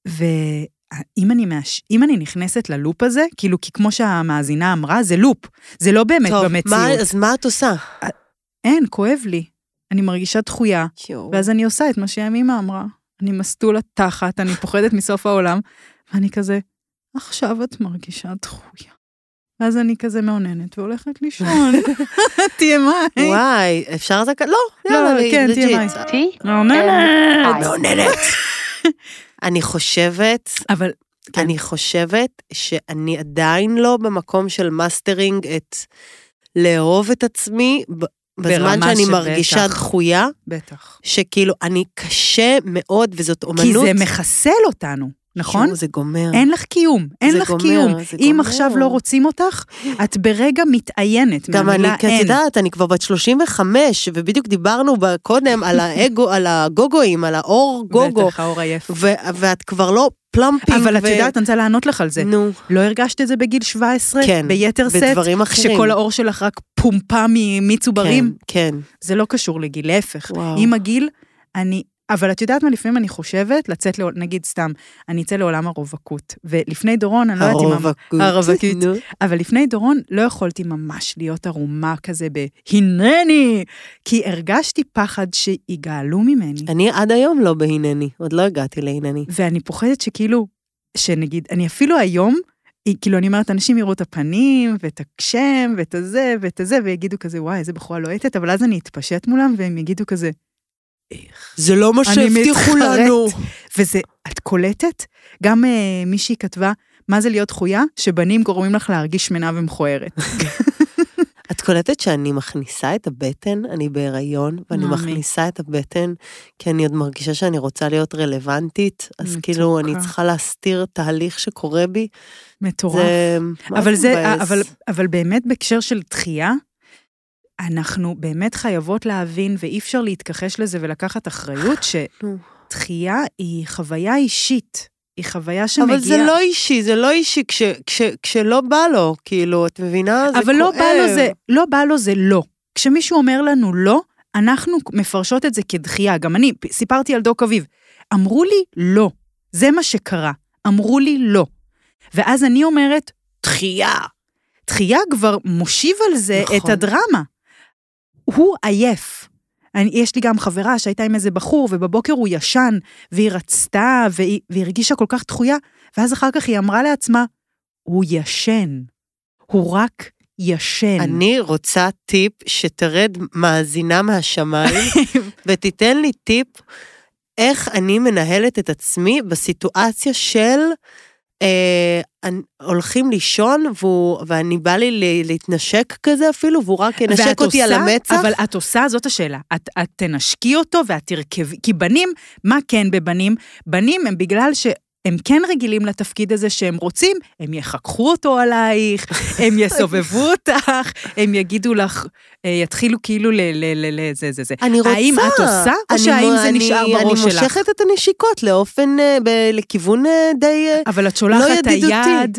C: ואם אני, מאש... אם אני נכנסת ללופ הזה, כאילו, כי כמו שהמאזינה אמרה, זה לופ. זה לא באמת
D: טוב,
C: במציאות.
D: מה- אז מה את עושה?
C: אין, כואב לי. אני מרגישה דחויה, ואז אני עושה את מה שימימה אמרה. אני מסטולה תחת, אני פוחדת מסוף העולם, ואני כזה, עכשיו את מרגישה דחויה. ואז אני כזה מאוננת והולכת
D: (laughs)
C: לישון. (laughs) TMI.
D: וואי, אפשר זה כ- לא, יאללה,
C: אה? לא,
D: לי-
C: כן,
D: לג'יט.
C: TMI.
B: אותי?
D: אה,
C: מאוננת. (laughs)
D: מעוננת. אני חושבת,
C: אבל כן.
D: אני חושבת שאני עדיין לא במקום של מאסטרינג את לאהוב את עצמי ב- בזמן
C: ברמה
D: שאני
C: שבטח.
D: מרגישה דחויה,
C: בטח.
D: שכאילו, אני קשה מאוד, וזאת אומנות.
C: כי זה מחסל אותנו, נכון?
D: שוב, זה גומר.
C: אין לך קיום, אין
D: כן. זה
C: לך
D: גומר,
C: קיום.
D: זה
C: אם
D: גומר.
C: עכשיו לא רוצים אותך, את ברגע מתעיינת
D: גם אני,
C: מהמילה
D: כי את
C: אין.
D: יודעת, אני כבר בת 35, ובדיוק דיברנו ב- קודם על האגו, על הגוגואים, על האור גוגו,
C: בטח, האור עייף.
D: ו- ואת כבר לא פלמפינג.
C: אבל את
D: ו-
C: יודעת, אני רוצה לענות לך על זה.
D: נו,
C: לא הרגשת את זה בגיל 17?
D: כן,
C: ביתר סט?
D: בדברים אחרים.
C: כשכל האור שלך רק פומפה מצוברים?
D: כן,
C: זה לא קשור לגיל, להפך.
D: וואו.
C: עם הגיל, אני... אבל את יודעת מה, לפעמים אני חושבת לצאת, לעול- נגיד סתם, אני אצא לעולם הרווקות. ולפני דורון, אני
D: כן.
C: לא יודעת אם... אמ-
D: הרווקות.
C: הרווקות.
D: נו.
C: אבל לפני דורון לא יכולתי ממש להיות ערומה כזה ב"הנני", כי הרגשתי פחד שיגאלו ממני.
D: אני עד היום לא בהינני, עוד לא הגעתי להינני.
C: ואני פוחדת שכאילו, שנגיד, אני אפילו היום, היא- כאילו, אני אומרת, אנשים יראו את הפנים, ואת השם, ואת הזה, ואת הזה, ויגידו כזה, וואי, איזה בחורה לוהטת, אבל אז אני אתפשט מולם, והם יגידו כזה,
D: זה לא מה
C: אני
D: שהבטיחו
C: מתחרט.
D: לנו.
C: וזה, את קולטת? גם אה, מישהי כתבה, מה זה להיות דחויה? שבנים גורמים לך להרגיש שמנה ומכוערת.
D: את קולטת שאני מכניסה את הבטן, אני בהיריון, ואני
C: מאמי.
D: מכניסה את הבטן, כי אני עוד מרגישה שאני רוצה להיות רלוונטית, אז
C: מתוקה.
D: כאילו אני צריכה להסתיר תהליך שקורה בי.
C: מטורף.
D: זה... מה
C: אבל זה,
D: מבאס.
C: אבל, אבל באמת בהקשר של דחייה, אנחנו באמת חייבות להבין, ואי אפשר להתכחש לזה ולקחת אחריות,
D: אה, נו.
C: שדחייה היא חוויה אישית. היא חוויה שמגיעה...
D: אבל זה לא אישי, זה לא אישי כש, כש, כשלא בא לו, כאילו, את מבינה? זה
C: אבל לא
D: כואב.
C: בא לו זה, לא בא לו זה לא. כשמישהו אומר לנו לא, אנחנו מפרשות את זה כדחייה. גם אני פ- סיפרתי על דוק אביב. אמרו לי לא. זה מה שקרה. אמרו לי לא. ואז אני אומרת, דחייה. דחייה כבר מושיב על זה
D: נכון.
C: נכון. את הדרמה. הוא עייף. אני, יש לי גם חברה שהייתה עם איזה בחור, ובבוקר הוא ישן, והיא רצתה, והיא, והיא הרגישה כל כך דחויה, ואז אחר כך היא אמרה לעצמה, הוא ישן. הוא רק ישן.
D: אני רוצה טיפ שתרד
C: (laughs)
D: מאזינה מהשמיים, ותיתן לי טיפ איך אני מנהלת את עצמי בסיטואציה של אה, אני, הולכים לישון, והוא, ואני בא לי ל- להתנשק כזה אפילו, והוא רק ינשק
C: ואת
D: אותי על
C: עושה-
D: המצח.
C: אבל את עושה, זאת השאלה. את, את תנשקי אותו ואת תרכבי, כי בנים, מה כן בבנים? בנים הם בגלל ש... הם כן רגילים לתפקיד הזה שהם רוצים, הם יחככו אותו עלייך, הם
D: (laughs)
C: יסובבו אותך, הם יגידו לך, אה, יתחילו כאילו ל... ל... ל... ל... זה זה זה.
D: אני רוצה.
C: האם את עושה, או
D: אני
C: שהאם
D: מ-
C: זה נשאר
D: אני-
C: בראש
D: אני
C: שלך?
D: מושכת את הנשיקות לאופן, אה, ב- לכיוון אה, די... אה,
C: אבל את שולחת
D: לא
C: את
D: ידידותי.
C: היד,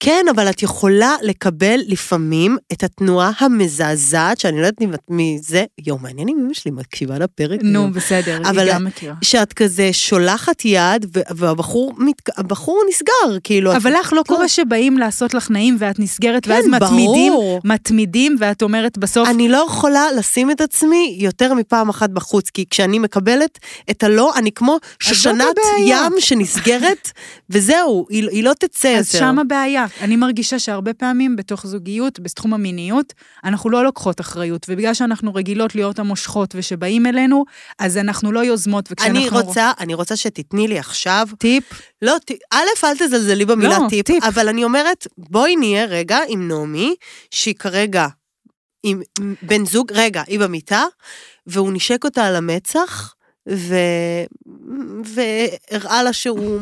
D: כן, אבל את יכולה לקבל לפעמים את התנועה המזעזעת, שאני לא יודעת אם את מזה, יואו, מעניין אם אמא שלי מקשיבה לפרק. היום.
C: נו בסדר,
D: לא. אבל-
C: היא גם מכירה.
D: שאת כזה שולחת יד, ו- והבחור מת- הבחור נסגר, כאילו.
C: אבל
D: את...
C: לך לא קורה שבאים לעשות לך נעים ואת נסגרת, ואז
D: כן,
C: מתמידים,
D: ברור.
C: מתמידים, ואת אומרת בסוף,
D: אני לא יכולה לשים את עצמי יותר מפעם אחת בחוץ, כי כשאני מקבלת את הלא, אני כמו
C: זאת
D: שושנת
C: הבעיה.
D: ים שנסגרת, (laughs) וזהו, היא, היא לא תצא
C: אז
D: יותר.
C: שם הבעיה. אני מרגישה שהרבה פעמים בתוך זוגיות, בתחום המיניות, אנחנו לא לוקחות אחריות, ובגלל שאנחנו רגילות להיות המושכות ושבאים אלינו, אז אנחנו לא יוזמות, וכשאנחנו...
D: אני רוצה, אני רוצה שתתני לי עכשיו
C: טיפ,
D: לא, ט- א', אל תזלזלי במילה
C: לא,
D: טיפ,
C: טיפ.
D: אבל אני אומרת, בואי נהיה רגע עם נעמי, שהיא כרגע עם עם בן זוג, רגע, היא במיטה, והוא נשק אותה על המצח, ו... והראה לה שהוא...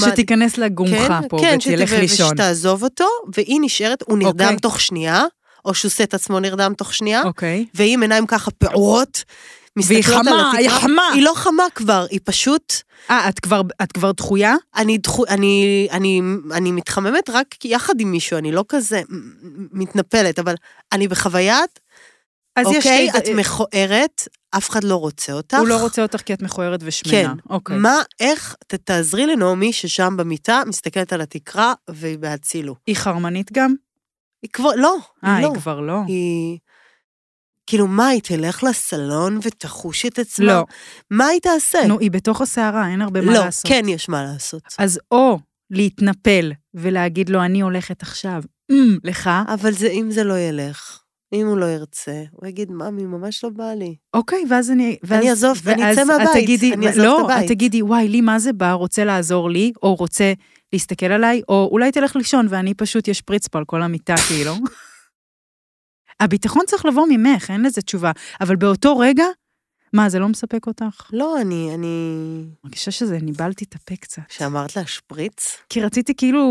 C: שתיכנס לגומחה
D: כן,
C: פה ותלך
D: שת- ו-
C: לישון.
D: ושתעזוב אותו, והיא נשארת, הוא נרדם
C: אוקיי.
D: תוך שנייה, או שהוא עושה את עצמו נרדם תוך שנייה,
C: אוקיי.
D: והיא עם עיניים ככה פעורות,
C: והיא
D: מסתכלות על
C: חמה, היא
D: התקרה.
C: חמה.
D: היא לא חמה כבר, היא פשוט...
C: אה, את כבר- את כבר דחויה?
D: אני, דחו, אני, אני, אני מתחממת רק כי יחד עם מישהו, אני לא כזה מ- מ- מתנפלת, אבל אני בחוויית,
C: אז יש...
D: אוקיי,
C: שתי-
D: את מכוערת, אף אחד לא רוצה אותך.
C: הוא לא רוצה אותך כי את מכוערת ושמנה.
D: כן.
C: אוקיי.
D: מה, איך, ת, תעזרי לנעמי ששם במיטה, מסתכלת על התקרה, והיא בהצילו.
C: היא חרמנית גם?
D: היא כבר, לא,
C: אה,
D: לא.
C: היא כבר לא.
D: היא... כאילו, מה, היא תלך לסלון ותחוש את עצמה?
C: לא.
D: מה היא תעשה?
C: נו, היא בתוך הסערה, אין הרבה מה
D: כן. לא,
C: לעשות.
D: כן יש מה לעשות.
C: אז או להתנפל ולהגיד לו, אני הולכת עכשיו, אמ, לך,
D: אבל זה, אם זה לא ילך, אם הוא לא ירצה, הוא יגיד, ממי, ממש לא בא לי.
C: אוקיי, ואז אני... ואז,
D: אני אעזוב, אני
C: ואז
D: אצא
C: את
D: מהבית,
C: תגידי,
D: אני אעזוב
C: לא,
D: את הבית.
C: את תגידי, וואי, לי מה זה בא, רוצה לעזור לי, או רוצה להסתכל עליי, או אולי תלך לישון ואני פשוט אשפריץ פה על כל המיטה, כאילו. (laughs) הביטחון צריך לבוא ממך, אין לזה תשובה. אבל באותו רגע, מה, זה לא מספק אותך?
D: לא, אני, אני...
C: מרגישה שזה ניבלתי את הפה קצת.
D: כשאמרת לה שפריץ,
C: כי רציתי כאילו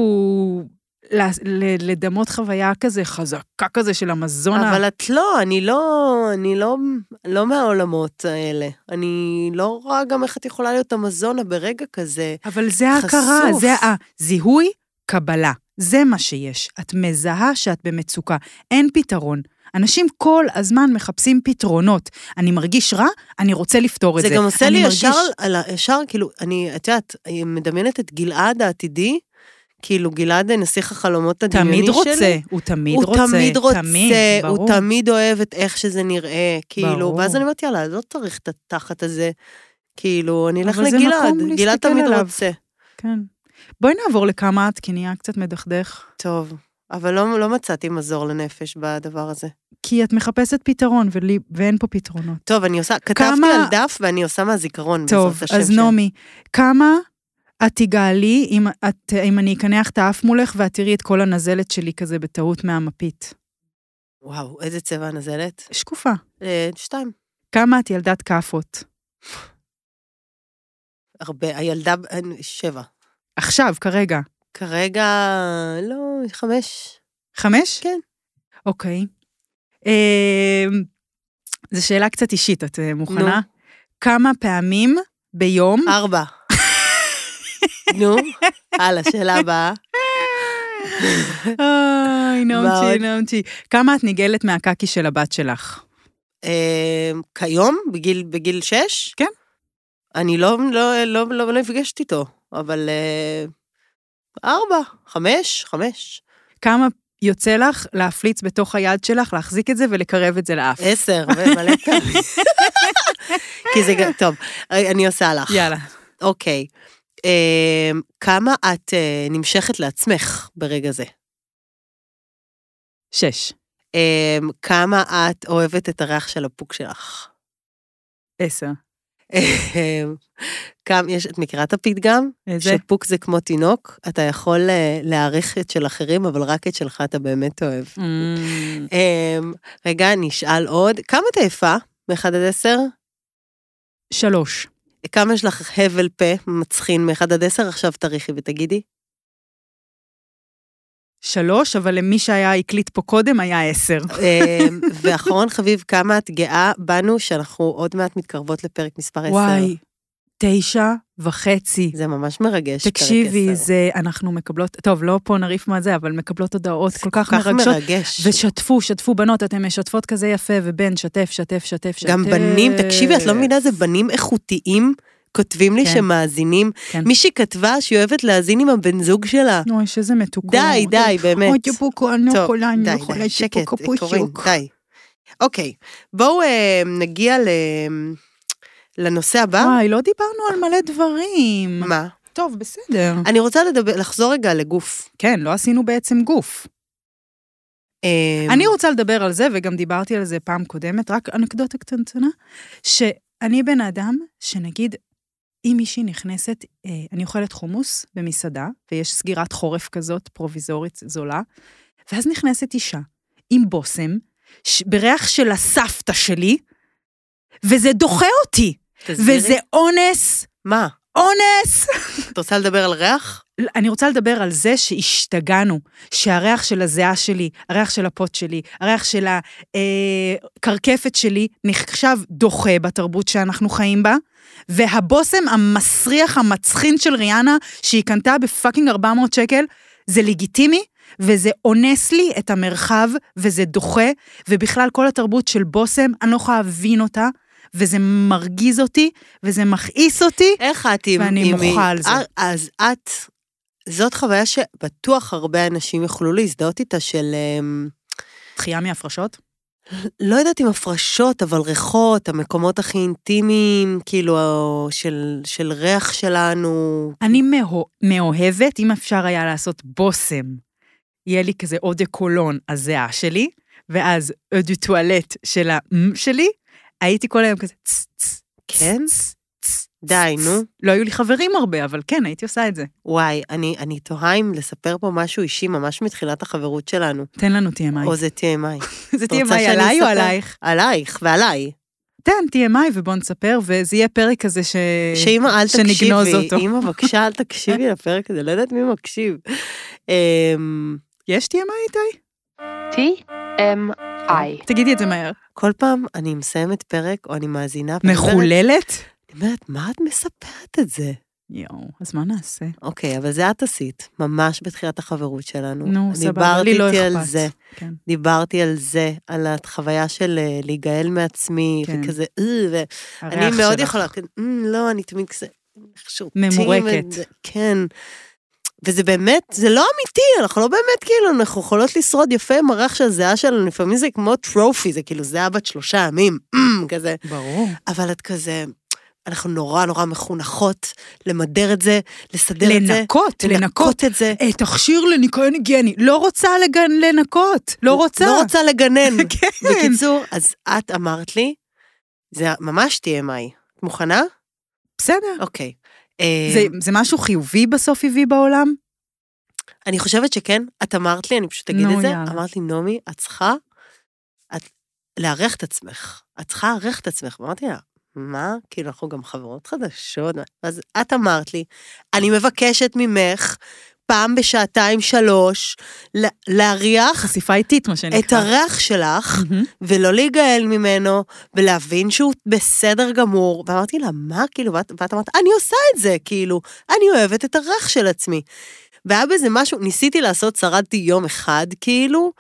C: ל- ל- לדמות חוויה כזה חזקה כזה של המזון. ה-
D: אבל את לא, אני לא, אני לא, לא מהעולמות האלה. אני לא רואה גם איך את יכולה להיות המזונה ברגע כזה.
C: אבל זה ההכרה,
D: חשוף.
C: זה הזיהוי, קבלה. זה מה שיש. את מזהה שאת במצוקה. אין פתרון. אנשים כל הזמן מחפשים פתרונות. אני מרגיש רע, אני רוצה לפתור את
D: זה
C: זה.
D: גם עושה לי
C: אני
D: ישר,
C: מרגיש-
D: על ה- ישר, כאילו, אני, את יודעת, אני מדמיינת את גלעד העתידי, כאילו, גלעד נסיך החלומות הדמיוני
C: תמיד
D: שלי.
C: רוצה, הוא תמיד
D: הוא
C: רוצה.
D: תמיד רוצה,
C: תמיד, ברור.
D: הוא תמיד אוהב את איך שזה נראה, כאילו,
C: ברור.
D: ואז אני אומרת, יאללה, לא צריך את התחת הזה. כאילו, אני אלך
C: אבל זה
D: לגלעד,
C: מקום
D: גלעד
C: להסתכל
D: תמיד
C: עליו.
D: רוצה.
C: כן. בואי נעבור לכמה את, כי נהיה קצת מדכדך.
D: טוב, אבל לא, לא מצאתי מזור לנפש בדבר הזה.
C: כי את מחפשת פתרון, ולי, ואין פה פתרונות.
D: טוב, אני עושה, כתבתי
C: כמה-
D: על דף ואני עושה מהזיכרון.
C: טוב,
D: בעזרת השם כן.
C: אז
D: ש-
C: נעמי, כמה את תיגאלי אם, את, אם אני אקנח את האף מולך ואת תראי את כל הנזלת שלי כזה בטעות מהמפית?
D: וואו, איזה צבע הנזלת.
C: שקופה.
D: אה, שתיים.
C: כמה את ילדת כאפות?
D: הרבה. הילדה, ב- אה, שבע.
C: עכשיו, כרגע.
D: כרגע, לא, חמש.
C: חמש?
D: כן.
C: אוקיי. אמ, זו שאלה קצת אישית, את אה, מוכנה? כמה פעמים ביום... (laughs)
D: ארבע. נו, הלאה, שאלה הבאה.
C: אוי,
D: מה
C: נומצ'י,
D: עוד?
C: נומצ'י. כמה את ניגלת מהקקי של הבת שלך?
D: אה, כיום, בגיל, בגיל שש?
C: כן.
D: אני לא, לא, לא, לא, לא נפגשת איתו, אבל אה, ארבע, חמש, חמש,
C: כמה יוצא לך להפליץ בתוך היד שלך, להחזיק את זה ולקרב את זה לאף?
D: עשר, ומלא
C: (laughs)
D: כאלה. כי זה גם, טוב, אה, אני עושה לך.
C: יאללה.
D: אוקיי. אה, כמה את אה, נמשכת לעצמך ברגע זה?
C: שש.
D: אה, כמה את אוהבת את הריח של הפוק שלך? (laughs)
C: עשר.
D: אה, כמה, יש, את מכירה את הפתגם?
C: איזה?
D: שפוק זה כמו תינוק, אתה יכול אה, להעריך את של אחרים, אבל רק את שלך אתה באמת אוהב.
C: (laughs) אמ,
D: אמ, רגע, נשאל עוד, כמה אתה יפה? מ-1 עד 10?
C: שלוש.
D: כמה יש לך הבל פה מצחין מ-1 עד 10? עכשיו תריכי ותגידי.
C: שלוש, אבל למי שהיה הקליט פה קודם היה עשר. (laughs)
D: אמ, ואחרון חביב, כמה את גאה בנו שאנחנו עוד מעט מתקרבות לפרק מספר 10.
C: וואי, תשע וחצי.
D: זה ממש מרגש, פרק 10.
C: תקשיבי, זה, אנחנו מקבלות, טוב, לא פה נריף מה זה, אבל מקבלות הודעות כל כך
D: כל כך
C: מרגשות.
D: מרגש.
C: ושתפו, שתפו בנות, אתן משתפות כזה יפה, ובן, שתף, שתף, שתף, שתף.
D: גם בנים, תקשיבי, את לא מבינה איזה בנים איכותיים כותבים לי
C: כן.
D: שמאזינים.
C: כן.
D: מישהי כתבה שהיא אוהבת להאזין עם הבן זוג שלה.
C: אוי, שזה מתוקות.
D: די, די, באמת.
C: אוי, תיפוקו, אני לא
D: טוב,
C: יכולה, אני
D: די,
C: לא
D: די,
C: יכולה,
D: שקט,
C: תיפוקו
D: קורין,
C: פושוק.
D: די. אוקיי, בואו אה, נגיע ל... לנושא הבא.
C: וואי, לא דיברנו על מלא דברים.
D: מה?
C: טוב, בסדר.
D: אני רוצה לדבר, לחזור רגע לגוף.
C: כן, לא עשינו בעצם גוף.
D: אה,
C: אני רוצה לדבר על זה, וגם דיברתי על זה פעם קודמת, רק אנקדוטה קטנטנה, שאני בן אדם שנגיד, אם מישהי נכנסת, אה, אני אוכלת חומוס במסעדה, ויש סגירת חורף כזאת, פרוביזורית זולה, ואז נכנסת אישה עם בושם, ש- בריח של הסבתא שלי, וזה דוחה אותי,
D: תסבירי.
C: וזה אונס,
D: מה?
C: אונס!
D: את רוצה לדבר על ריח?
C: לא, אני רוצה לדבר על זה שהשתגענו, שהריח של הזיעה שלי, הריח של הפוט שלי, הריח של הקרקפת שלי, נחשב דוחה בתרבות שאנחנו חיים בה, והבושם המסריח, המצחין של ריאנה, שהיא קנתה בפאקינג 400 שקל, זה לגיטימי, וזה אונס לי את המרחב, וזה דוחה, ובכלל כל התרבות של בושם, אני לא יכולה להבין אותה, וזה מרגיז אותי, וזה מכעיס אותי.
D: איך את עם...
C: ואני
D: עם-
C: מוחה על זה.
D: אה, אז את... זאת חוויה שבטוח הרבה אנשים יוכלו להזדהות איתה של... אמ,
C: דחייה מהפרשות?
D: לא יודעת אם הפרשות, אבל ריחות, המקומות הכי אינטימיים, כאילו, של, של ריח שלנו,
C: אני מאוה- מאוהבת, אם אפשר היה לעשות בושם. יהיה לי כזה אוד דה קולון, הזיעה שלי, ואז אוד דה טואלט של האם שלי, הייתי כל היום כזה צ, צ, צ,
D: כן?
C: צ, צ,
D: די,
C: צ,
D: נו.
C: צ. לא היו לי חברים הרבה, אבל כן, הייתי עושה את זה.
D: וואי, אני, אני תוהה אם לספר פה משהו אישי ממש מתחילת החברות שלנו,
C: תן לנו TMI.
D: או זה TMI.
C: זה
D: את רוצה
C: TMI
D: שאני
C: עליי או
D: אספר?
C: עלייך?
D: עלייך ועליי.
C: תן TMI ובוא נספר, וזה יהיה פרק כזה ש...
D: שאמא, אל תקשיבי.
C: שנגנוז
D: (laughs)
C: אותו.
D: אמא, בבקשה, אל
C: (laughs)
D: תקשיבי לפרק הזה, לא יודעת מי מקשיב. אמ,
C: יש TMI איתי?
E: TMI.
C: תגידי את זה מהר.
D: כל פעם אני מסיימת פרק, או אני מאזינה, ואני אומרת-
C: מחוללת?
D: אני אומרת, מה את מספרת את זה?
C: יואו, אז מה נעשה?
D: אוקיי, אבל זה את עשית, ממש בתחילת החברות שלנו.
C: נו, סבבה, לי לא
D: דיברתי איתי
C: אכפת.
D: על זה,
C: כן.
D: דיברתי על זה, על החוויה של אה, להיגאל מעצמי,
C: כן.
D: וכזה, "אה", ו... אני
C: הריח
D: מאוד
C: שלך.
D: יכולה, כן, "אמ, לא, אני תמיד כזה חשורתים.
C: ממורקת.
D: את זה, כן. וזה באמת, זה לא אמיתי, אנחנו לא באמת כאילו, אנחנו יכולות לשרוד יפה עם הריח של הזיעה שלנו, לפעמים זה כמו טרופי, זה כאילו זיעה בת שלושה ימים, (clears throat) "אמ", כזה.
C: ברור.
D: אבל את כזה, אנחנו נורא נורא מחונכות למדר את זה, לסדר את זה.
C: לנקות, לנקות.
D: את זה.
C: אה, תכשיר לניקיון היגייני. לא רוצה לגן, לנקות, לא רוצה.
D: לא רוצה לגנן.
C: (laughs) כן.
D: בקיצור, אז את אמרת לי, זה ממש TMI. את מוכנה?
C: בסדר.
D: אוקיי. אה,
C: זה, זה משהו חיובי בסוף הביא בעולם?
D: אני חושבת שכן, את אמרת לי, אני פשוט אגיד
C: נו,
D: את זה,
C: יאללה.
D: אמרת לי, נעמי, את צריכה לארח את עצמך. את צריכה לארח את עצמך. ואמרתי לה, מה? כאילו, אנחנו גם חברות חדשות. אז את אמרת לי, אני מבקשת ממך פעם בשעתיים שלוש ל- להריח
C: חשיפה איטית, מה שנקרא.
D: את הריח שלך,
C: מהמם.
D: ולא להיגאל ממנו, ולהבין שהוא בסדר גמור. ואמרתי לה, מה? כאילו, ואת, ואת אמרת, אני עושה את זה, כאילו, אני אוהבת את הרך של עצמי. והיה בזה משהו, ניסיתי לעשות, שרדתי יום אחד, כאילו,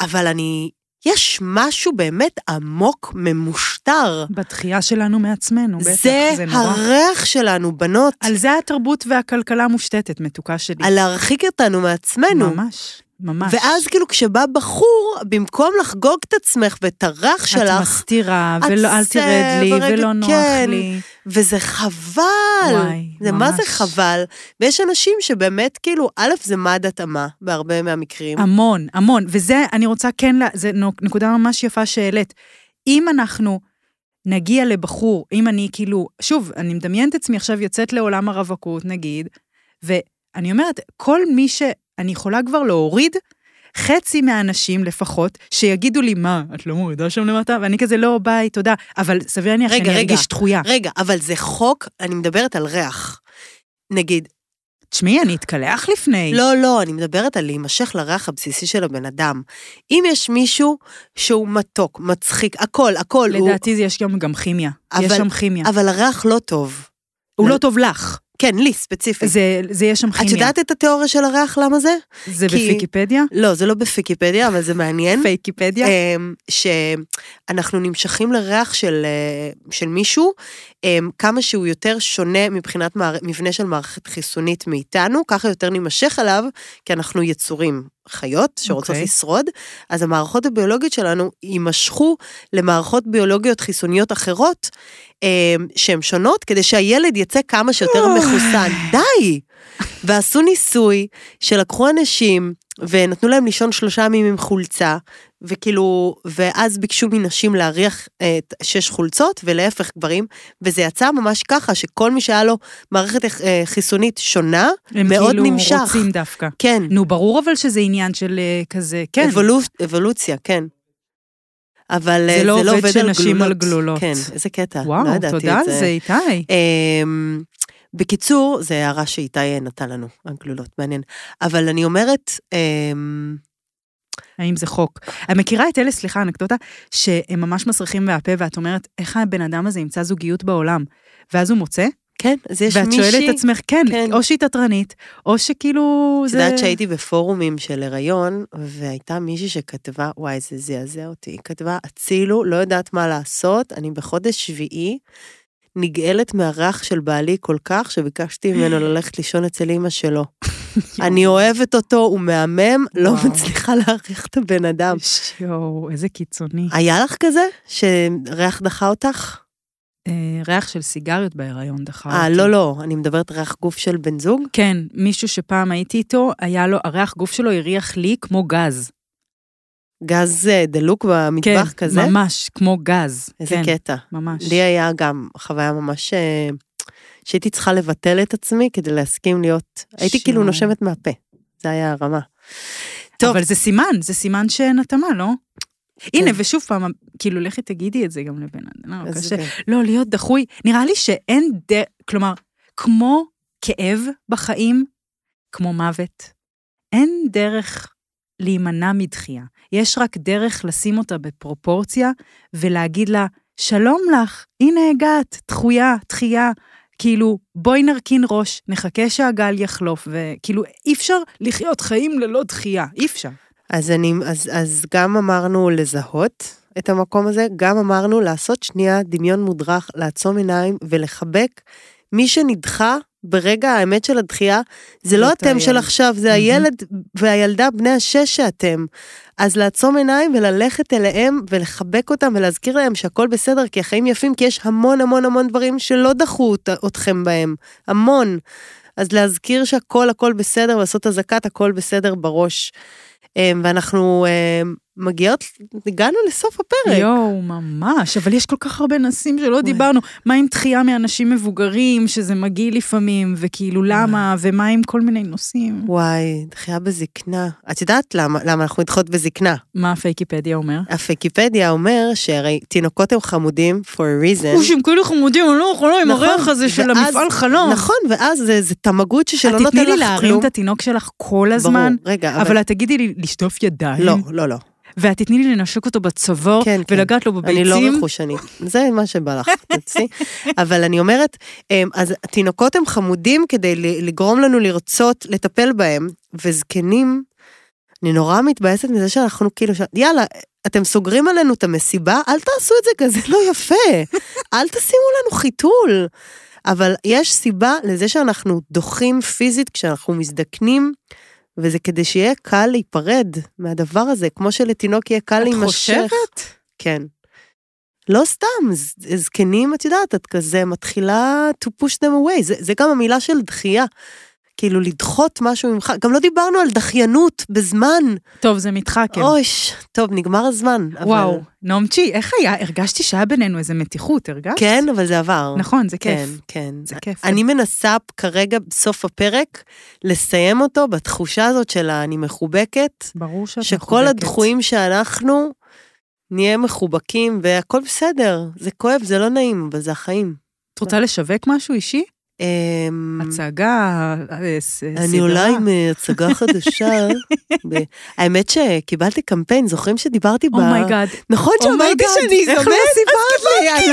D: אבל אני, יש משהו באמת עמוק, ממושטר.
C: בתחייה שלנו מעצמנו, בטח,
D: זה,
C: זה נורא.
D: הריח שלנו, בנות, על,
C: על זה התרבות והכלכלה מושתתת, מתוקה שלי.
D: להרחיק אותנו מעצמנו.
C: ממש, ממש.
D: ואז כאילו כשבא בחור, במקום לחגוג את עצמך ואת הרך
C: את
D: שלך,
C: מסתירה,
D: את
C: ולא, אל
D: זה,
C: תרד לי,
D: ורגע,
C: ולא נוח
D: כן.
C: לי.
D: וזה חבל.
C: וואי,
D: זה
C: ממש.
D: מה זה חבל? ויש אנשים שבאמת, כאילו, א', זה מד התאמה בהרבה
C: אמ,
D: מהמקרים.
C: המון, המון. וזה, אני רוצה כן, לה- זה נו- נקודה ממש יפה שהעלית. אם אנחנו נגיע לבחור, אם אני כאילו, שוב, אני מדמיינת עצמי עכשיו יוצאת לעולם הרווקות, נגיד, ואני אומרת, כל מי שאני יכולה כבר להוריד, חצי מהאנשים לפחות, שיגידו לי, מה, את לא מורידה שם למטה? ואני כזה, לא, ביי, תודה. אבל סביר להניח
D: רגע,
C: שאני
D: רגע.
C: ארגיש דחויה.
D: רגע, אבל זה חוק, אני מדברת על ריח. נגיד,
C: תשמעי, אני אתקלח לפני.
D: לא, לא, אני מדברת על להימשך לריח הבסיסי של הבן אדם. אם יש מישהו שהוא מתוק, מצחיק, הכל, הכל, הוא...
C: לדעתי כן. זה יש גם, גם כימיה. יש
D: לא. אבל-
C: שם כימיה.
D: אבל הריח לא טוב.
C: הוא
D: זה-
C: לא טוב לך.
D: כן, לי ספציפית.
C: זה, זה יש שם
D: את
C: כימיה.
D: יודעת את התיאוריה של הריח, למה זה?
C: זה
D: כי- כן,
C: בוויקיפדיה?
D: לא, זה לא בוויקיפדיה, אבל זה מעניין.
C: פייקיפדיה?
D: אמ, שאנחנו נמשכים לריח של, אה, של מישהו, אמ, כמה שהוא יותר שונה מבחינת מער- מבנה של מערכת חיסונית מאיתנו, ככה יותר נימשך אליו, כי אנחנו יצורים חיות שרוצות
C: אוקיי.
D: לשרוד, אז המערכות הביולוגיות שלנו יימשכו למערכות ביולוגיות חיסוניות אחרות, אמ, שהן שונות, כדי שהילד יצא כמה שיותר
C: אוי.
D: מחוסן. די! ועשו ניסוי שלקחו אנשים ונתנו להם לישון שלושה ימים עם חולצה, וכאילו, ואז ביקשו מנשים להריח אה, את שש חולצות, ולהפך גברים, וזה יצא ממש ככה, שכל מי שהיה לו מערכת אה, חיסונית שונה,
C: הם
D: מאוד
C: כאילו
D: נמשך.
C: רוצים דווקא.
D: כן,
C: נו, ברור אבל שזה עניין של אה, כזה, כן.
D: אבולו, אבולוציה, כן. אבל
C: זה
D: אה,
C: לא
D: זה לא
C: עובד
D: עובד על
C: שנשים
D: גלולות.
C: על גלולות.
D: כן, איזה קטע, לא
C: וואו,
D: ידעתי את זה.
C: תודה על זה, איתי.
D: אמ, בקיצור, זו הערה שאיתי נתן לנו, הגלולות, מעניין. אבל אני אומרת, אמ,
C: האם זה חוק. אני מכירה את אלה, סליחה, אנקדוטה, שהם ממש מסריחים מהפה, ואת אומרת, איך הבן אדם הזה ימצא זוגיות בעולם? ואז הוא מוצא,
D: כן, אז יש
C: ואת
D: מישהי...
C: שואלת את עצמך, כן,
D: כן.
C: או שהיא תתרנית, או שכאילו...
D: את
C: זה-
D: יודעת שהייתי בפורומים של הריון, והייתה מישהי שכתבה, וואי, זה זעזע אותי, היא כתבה, הצילו, לא יודעת מה לעשות, אני בחודש שביעי, נגאלת מהריח של בעלי כל כך, שביקשתי ממנו ללכת לישון אצל אימא
C: (laughs)
D: שלו. אני אוהבת אותו, הוא מהמם, לא
C: וואו.
D: מצליחה להריח את הבן אדם.
C: שואו, איזה קיצוני.
D: היה לך כזה? שריח דחה אותך?
C: אה, ריח של סיגריות בהיריון דחה
D: אה, לא, לא, אני מדברת ריח גוף של בן זוג?
C: כן, מישהו שפעם הייתי איתו, היה לו, הריח גוף שלו הריח לי כמו גז.
D: גז אה, דלוק במטבח
C: כן,
D: כזה?
C: ממש, כמו גז.
D: איזה
C: כן,
D: קטע.
C: ממש.
D: לי היה גם חוויה ממש אה, שהייתי צריכה לבטל את עצמי כדי להסכים להיות, הייתי
C: שו.
D: כאילו נושמת מהפה. זה היה הרמה. טוב. כן.
C: אבל זה סימן, זה סימן שאין התאמה, לא? הנה, ושוב פעם, כאילו, לכי תגידי את זה גם לבן אדם. לא,
D: אז אה,
C: קשה.
D: זה-
C: לא, להיות דחוי. נראה לי שאין ד... כלומר, כמו כאב בחיים, כמו מוות, אין דרך להימנע מדחייה. יש רק דרך לשים אותה בפרופורציה ולהגיד לה, שלום לך, הנה הגעת, דחויה, דחייה. כאילו, בואי נרכין ראש, נחכה שהגל יחלוף, וכאילו, אי אפשר לחיות חיים ללא דחייה, אי אפשר.
D: אז אני, אז, אז גם אמרנו לזהות את המקום הזה, גם אמרנו לעשות שנייה דמיון מודרך, לעצום עיניים ולחבק. מי שנדחה ברגע האמת של הדחייה, זה לא
C: זה
D: אתם של
C: הילד.
D: עכשיו, זה
C: מהמם.
D: הילד והילדה בני השש שאתם. אז לעצום עיניים וללכת אליהם ולחבק אותם ולהזכיר להם שהכל בסדר, כי החיים יפים, כי יש המון המון המון דברים שלא דחו אות- אתכם בהם. המון. אז להזכיר שהכל הכל בסדר, ולעשות אזעקת הכל בסדר בראש. אמ, ואנחנו אמ, מגיעות, הגענו לסוף הפרק.
C: יואו, ממש, אבל יש כל כך הרבה נושאים שלא דיברנו. מה עם דחייה מאנשים מבוגרים, שזה מגעיל לפעמים, וכאילו
D: אה.
C: למה, ומה עם כל מיני נושאים?
D: וואי, דחייה בזקנה. את יודעת למה, למה אנחנו נדחות בזקנה?
C: מה הפייקיפדיה אומר?
D: הוויקיפדיה אומר שהרי תינוקות הם חמודים for a reason.
C: אוש, הם כאילו חמודים, הם לא יכולים, עם
D: נכון,
C: הריח הזה של
D: ואז-
C: המפעל חלום.
D: נכון, ואז זה, זה תמגוצ'י שלא
C: את
D: נותן
C: תתני
D: לך כלום.
C: לי להרים את התינוק שלך כל הזמן,
D: ברור, רגע, אבל...
C: אבל את תגידי לי לשטוף ידיים,
D: לא, לא, לא.
C: ואת תתני לי לנשק אותו בצוואר,
D: כן, כן.
C: ולגעת לו
D: אני לא
C: בביצים.
D: רכושנית, זה מה שבא לך, תצאי. אבל אני אומרת, אמ, אז התינוקות הם חמודים כדי ל- לגרום לנו לרצות לטפל בהם, וזקנים, אני נורא מתבאסת מזה שאנחנו כאילו, ש- יאללה, אתם סוגרים עלינו את המסיבה, אל תעשו את זה כזה לא יפה, אל תשימו לנו חיתול. אבל יש סיבה לזה שאנחנו דוחים פיזית כשאנחנו מזדקנים, וזה כדי שיהיה קל להיפרד מהדבר הזה, כמו שלתינוק יהיה קל
C: את
D: להימשך.
C: חושבת?
D: כן. לא סתם, ז- זקנים, את יודעת, את כזה מתחילה to push them away, זה, זה גם המילה של דחייה. כאילו, לדחות משהו ממך, גם לא דיברנו על דחיינות בזמן.
C: טוב, זה מתחכם.
D: כן. אויש, טוב, נגמר הזמן. אבל...
C: וואו, נעמצ'י, איך היה? הרגשתי שהיה בינינו איזה מתיחות, הרגשת?
D: כן, אבל זה עבר.
C: נכון, זה
D: כן,
C: כיף.
D: כן.
C: זה כיף.
D: אני מנסה כרגע, בסוף הפרק, לסיים אותו בתחושה הזאת של ה"אני מחובקת",
C: ברור שאת מחובקת.
D: שכל הדחויים שאנחנו, נהיה מחובקים, והכל בסדר. זה כואב, זה לא נעים, אבל זה החיים.
C: את רוצה לשווק משהו אישי?
D: אמ,
C: הצגה, אה, ס-
D: Mm. אני
C: סדרה.
D: עולה עם אה,
C: (laughs)
D: הצגה חדשה. ב- האמת שקיבלתי קמפיין, זוכרים שדיברתי ב...
C: Oh אומייגאד.
D: נכון שאמרתי
C: אומייגאד,
D: שאני
C: Oh איך לא
D: זומנת? אז
C: קיבלתי?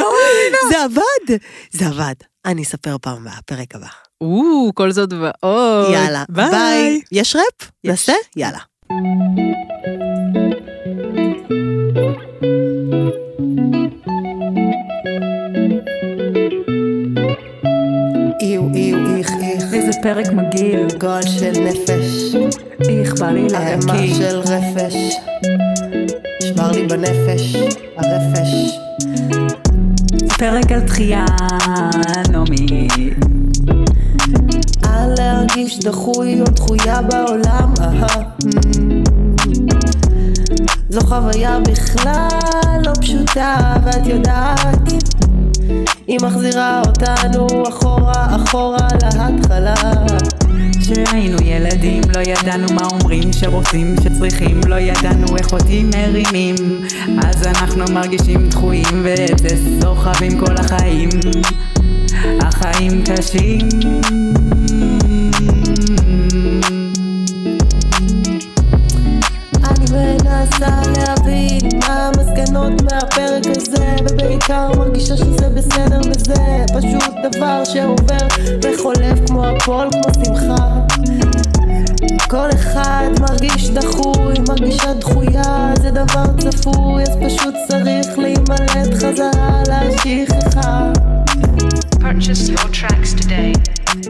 C: לא
D: זה עבד, זה עבד. אני אספר פעם הבאה, פרק הבא.
C: או, כל זאת ועוד.
D: יאללה, ביי. יש ראפ? נעשה? יאללה. איו איו איך איך
E: איזה פרק מגעיל,
D: גועל של נפש,
E: איך בא לי
D: האימה
E: להקיא.
D: של רפש, שמר לי בנפש, הרפש.
E: פרק על דחייה נעמי.
D: אל להרגיש דחוי או דחויה בעולם, אהה. זו חוויה בכלל לא פשוטה, ואת יודעת, היא מחזירה אותנו אחורה, אחורה להתחלה.
E: כשהיינו ילדים לא ידענו מה אומרים שרוצים שצריכים לא ידענו איך אותי מרימים אז אנחנו מרגישים דחויים ואת זה סוחבים כל החיים החיים קשים
D: אני מנסה להבין מה המסקנות מהפרק הזה, ובעיקר מרגישה שזה בסדר וזה פשוט דבר שעובר וחולף כמו הפועל, כמו שמחה. כל אחד מרגיש דחוי, מרגישה דחויה, זה דבר צפוי, אז פשוט צריך להימלט חזרה לשכחה.
F: Purchase your tracks today.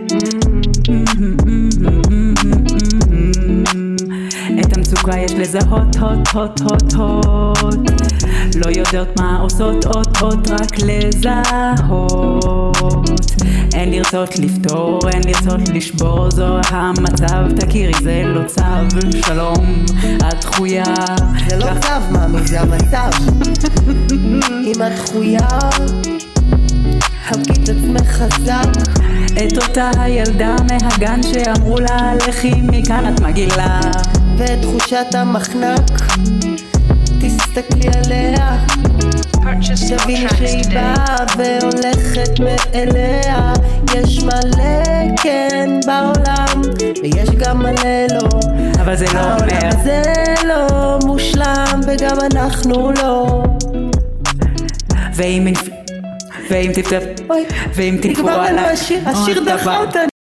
E: Mm-hmm. את המצוקה יש לזהות הוט הוט הוט הוט לא יודעות מה עושות אות אות רק לזהות אין לרצות לפתור, אין לרצות לשבור זו המצב תכירי זה לא צו שלום את דחויה
D: זה לא צו, מאמי, זה המצב. אם את דחויה, חבקי את עצמך חזק.
E: את אותה הילדה מהגן שאמרו לה לכי מכאן את מגעילה
D: ותחושת המחנק תסתכלי עליה,
F: Purchase your
D: תביני
F: tracks
D: שהיא
F: today.
D: באה והולכת מאליה. יש מלא כן בעולם, ויש גם מלא לא.
E: אבל זה לא אומר
D: העולם הזה לא מושלם, וגם אנחנו לא.
E: ואם ואם תפתח
D: אוי,
E: ואם תקפוא
D: נגמר לנו
E: עליי
D: השיר, השיר
E: עוד
D: דחה
E: דבר.
D: אותנו.